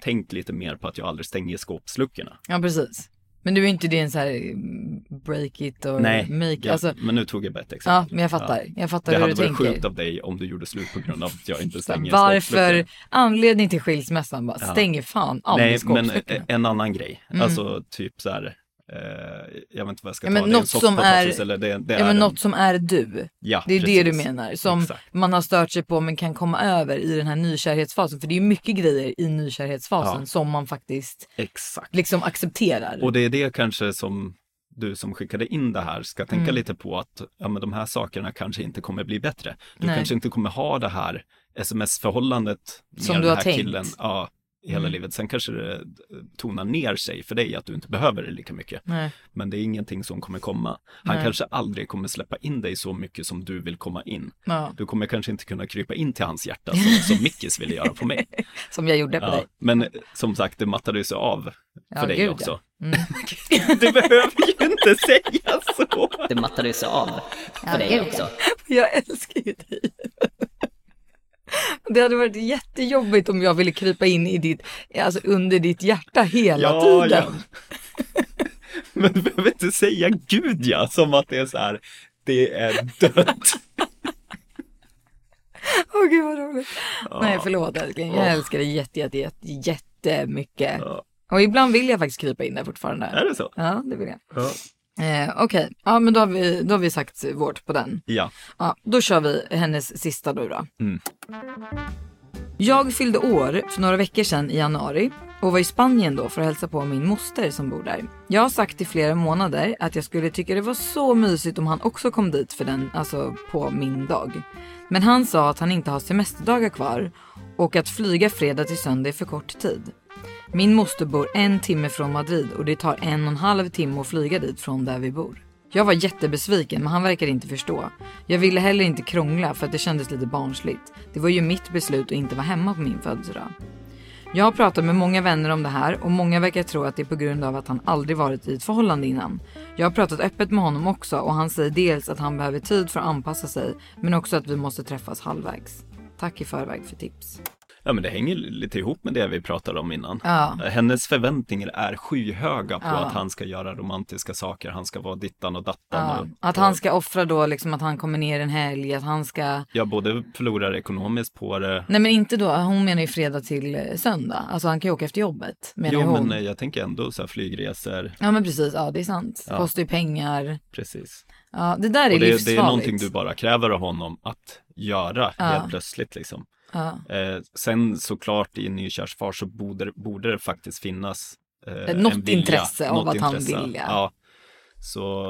tänkt lite mer på att jag aldrig stänger skåpsluckorna.
ja, precis. Men du är inte din så här mm, break it or
Nej,
make
jag,
alltså,
men nu tog jag bett exempel.
Ja, men jag fattar. Jag fattar
Det
hur
hade
du
varit
tänker.
sjukt av dig om du gjorde slut på grund av att jag inte
Så här,
stänger
Varför?
skåpluckorna.
Anledning till skilsmässan bara, stänger fan aldrig
Nej, men
skåpsluckorna. Mm.
eh, en annan grej. Alltså typ så här, eh, jag vet inte vad jag ska
Ja,
ta,
men
det är en
något som
sockerpotatis
är,
eller det, det
ja,
är
men
en-
något som är du.
Ja,
det är det du
precis.
menar. Som
Exakt.
man har stört sig på men kan komma över i den här nykärhetsfasen. För det är ju mycket grejer i nykärhetsfasen
Ja.
som man faktiskt
Exakt.
liksom accepterar.
Och det är det kanske som du som skickade in det här ska
Mm.
tänka lite på att ja, men de här sakerna kanske inte kommer bli bättre. Du
Nej.
kanske inte kommer ha det här sms-förhållandet med
Som
den
du har
här
tänkt. Mm.
killen ja, i hela livet. Sen kanske det eh, tonar ner sig för dig att du inte behöver det lika mycket.
Nej.
Men det är ingenting som kommer komma. Han kanske aldrig kommer släppa in dig så mycket som du vill komma in.
Ja.
Du kommer kanske inte kunna krypa in till hans hjärta som, som Mickis ville göra på
[LAUGHS]
mig.
Som jag gjorde på
Ja,
dig. [LAUGHS]
men eh, som sagt, det mattade ju sig av för
Ja,
dig
gud, ja. Mm.
också. [LAUGHS] du behöver ju inte säga så.
Det mattade ju sig av för dig också.
Jag älskar ju dig. [LAUGHS] Det hade varit jättejobbigt om jag ville krypa in i ditt, alltså under ditt hjärta hela tiden.
[LAUGHS] Men du behöver inte säga gud ja, som att det är så här, det är dött.
[LAUGHS]
[LAUGHS]
Åh gud vad roligt. Nej förlåt älskling, jag älskar dig jätte, jätte, jätte, jättemycket. Och ibland vill jag faktiskt krypa in där fortfarande.
Är det så?
Ja, det vill jag. Eh, Okej, ja men då har, vi, då har vi sagt vårt på den.
Ja.
Ja, då kör vi hennes sista nu då. Jag fyllde år för några veckor sedan i januari och var i Spanien då för att hälsa på min moster som bor där. Jag har sagt i flera månader att jag skulle tycka det var så mysigt om han också kom dit för den, alltså på min dag. Men han sa att han inte har semesterdagar kvar och att flyga fredag till söndag är för kort tid. Min moster bor en timme från Madrid och det tar en och en halv timme att flyga dit från där vi bor. Jag var jättebesviken men han verkade inte förstå. Jag ville heller inte krångla för att det kändes lite barnsligt. Det var ju mitt beslut att inte vara hemma på min födelsedag. Jag har pratat med många vänner om det här och många verkar tro att det är på grund av att han aldrig varit i ett förhållande innan. Jag har pratat öppet med honom också och han säger dels att han behöver tid för att anpassa sig men också att vi måste träffas halvvägs. Tack i förväg för tips.
Ja men det hänger lite ihop med det vi pratade om innan.
Ja.
Hennes förväntningar är skyhöga på att han ska göra romantiska saker, han ska vara dittan och dattan.
Ja,
och,
att han ska offra då liksom att han kommer ner en helg, att han ska...
Ja, både förlorar ekonomiskt på det.
Nej men inte då, hon menar ju fredag till eh, söndag. Alltså han kan ju åka efter jobbet menar
Jo,
hon.
men eh, jag tänker ändå så här flygresor,
Ja men precis, ja det är sant.
Ja.
Kostar ju pengar.
precis.
Ja, det där är
Och det,
livsfarligt.
det är någonting du bara kräver av honom att göra helt plötsligt liksom.
Ja.
Eh, sen såklart i en nykärsfar så borde, det- borde det faktiskt finnas eh,
Något
en vilja,
intresse av
något
att han
intresse.
vill, ja.
Ja. Så,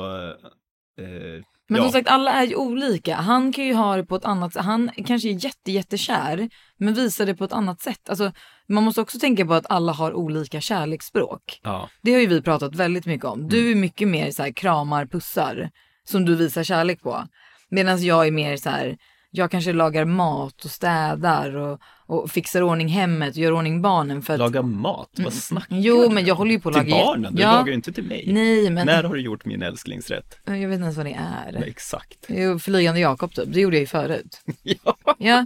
eh,
Men
ja.
som sagt, alla är ju olika. Han kan ju ha det på ett annat sätt. Han kanske är jätte, jättekär, men visar det på ett annat sätt. Alltså, man måste också tänka på att alla har olika kärleksspråk.
Ja.
Det har ju vi pratat väldigt mycket om. Du är mycket mer så här kramar, pussar, som du visar kärlek på. Medan jag är mer så här, jag kanske lagar mat och städar och, och fixar ordning hemmet och gör ordning barnen. För att, Mm.
Laga mat, vad snackar
jo,
du
men jag
om?
håller ju på att
Till
laga...
barnen, du lagar ju inte till mig.
Nej, men
När har du gjort min älsklingsrätt?
jag vet inte ens vad det är. [LAUGHS]
Exakt.
Jo, Flygande Jakob typ, det gjorde jag ju förut.
Ja.
Ja.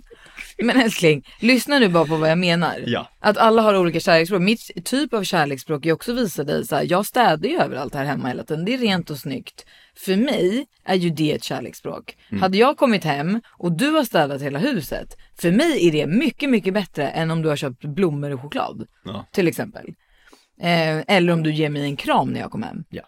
Men älskling, lyssna nu bara på vad jag menar.
Ja.
Att alla har olika kärleksspråk. Mitt typ av kärleksspråk är också visa dig så här, jag städar ju överallt här hemma hela tiden. Det är rent och snyggt. För mig är ju det ett kärleksspråk.
Mm.
Hade jag kommit hem och du har städat hela huset, för mig är det mycket, mycket bättre än om du har köpt blommor och choklad.
Ja.
Till exempel. Eh, eller om du ger mig en kram när jag kommer hem.
Ja.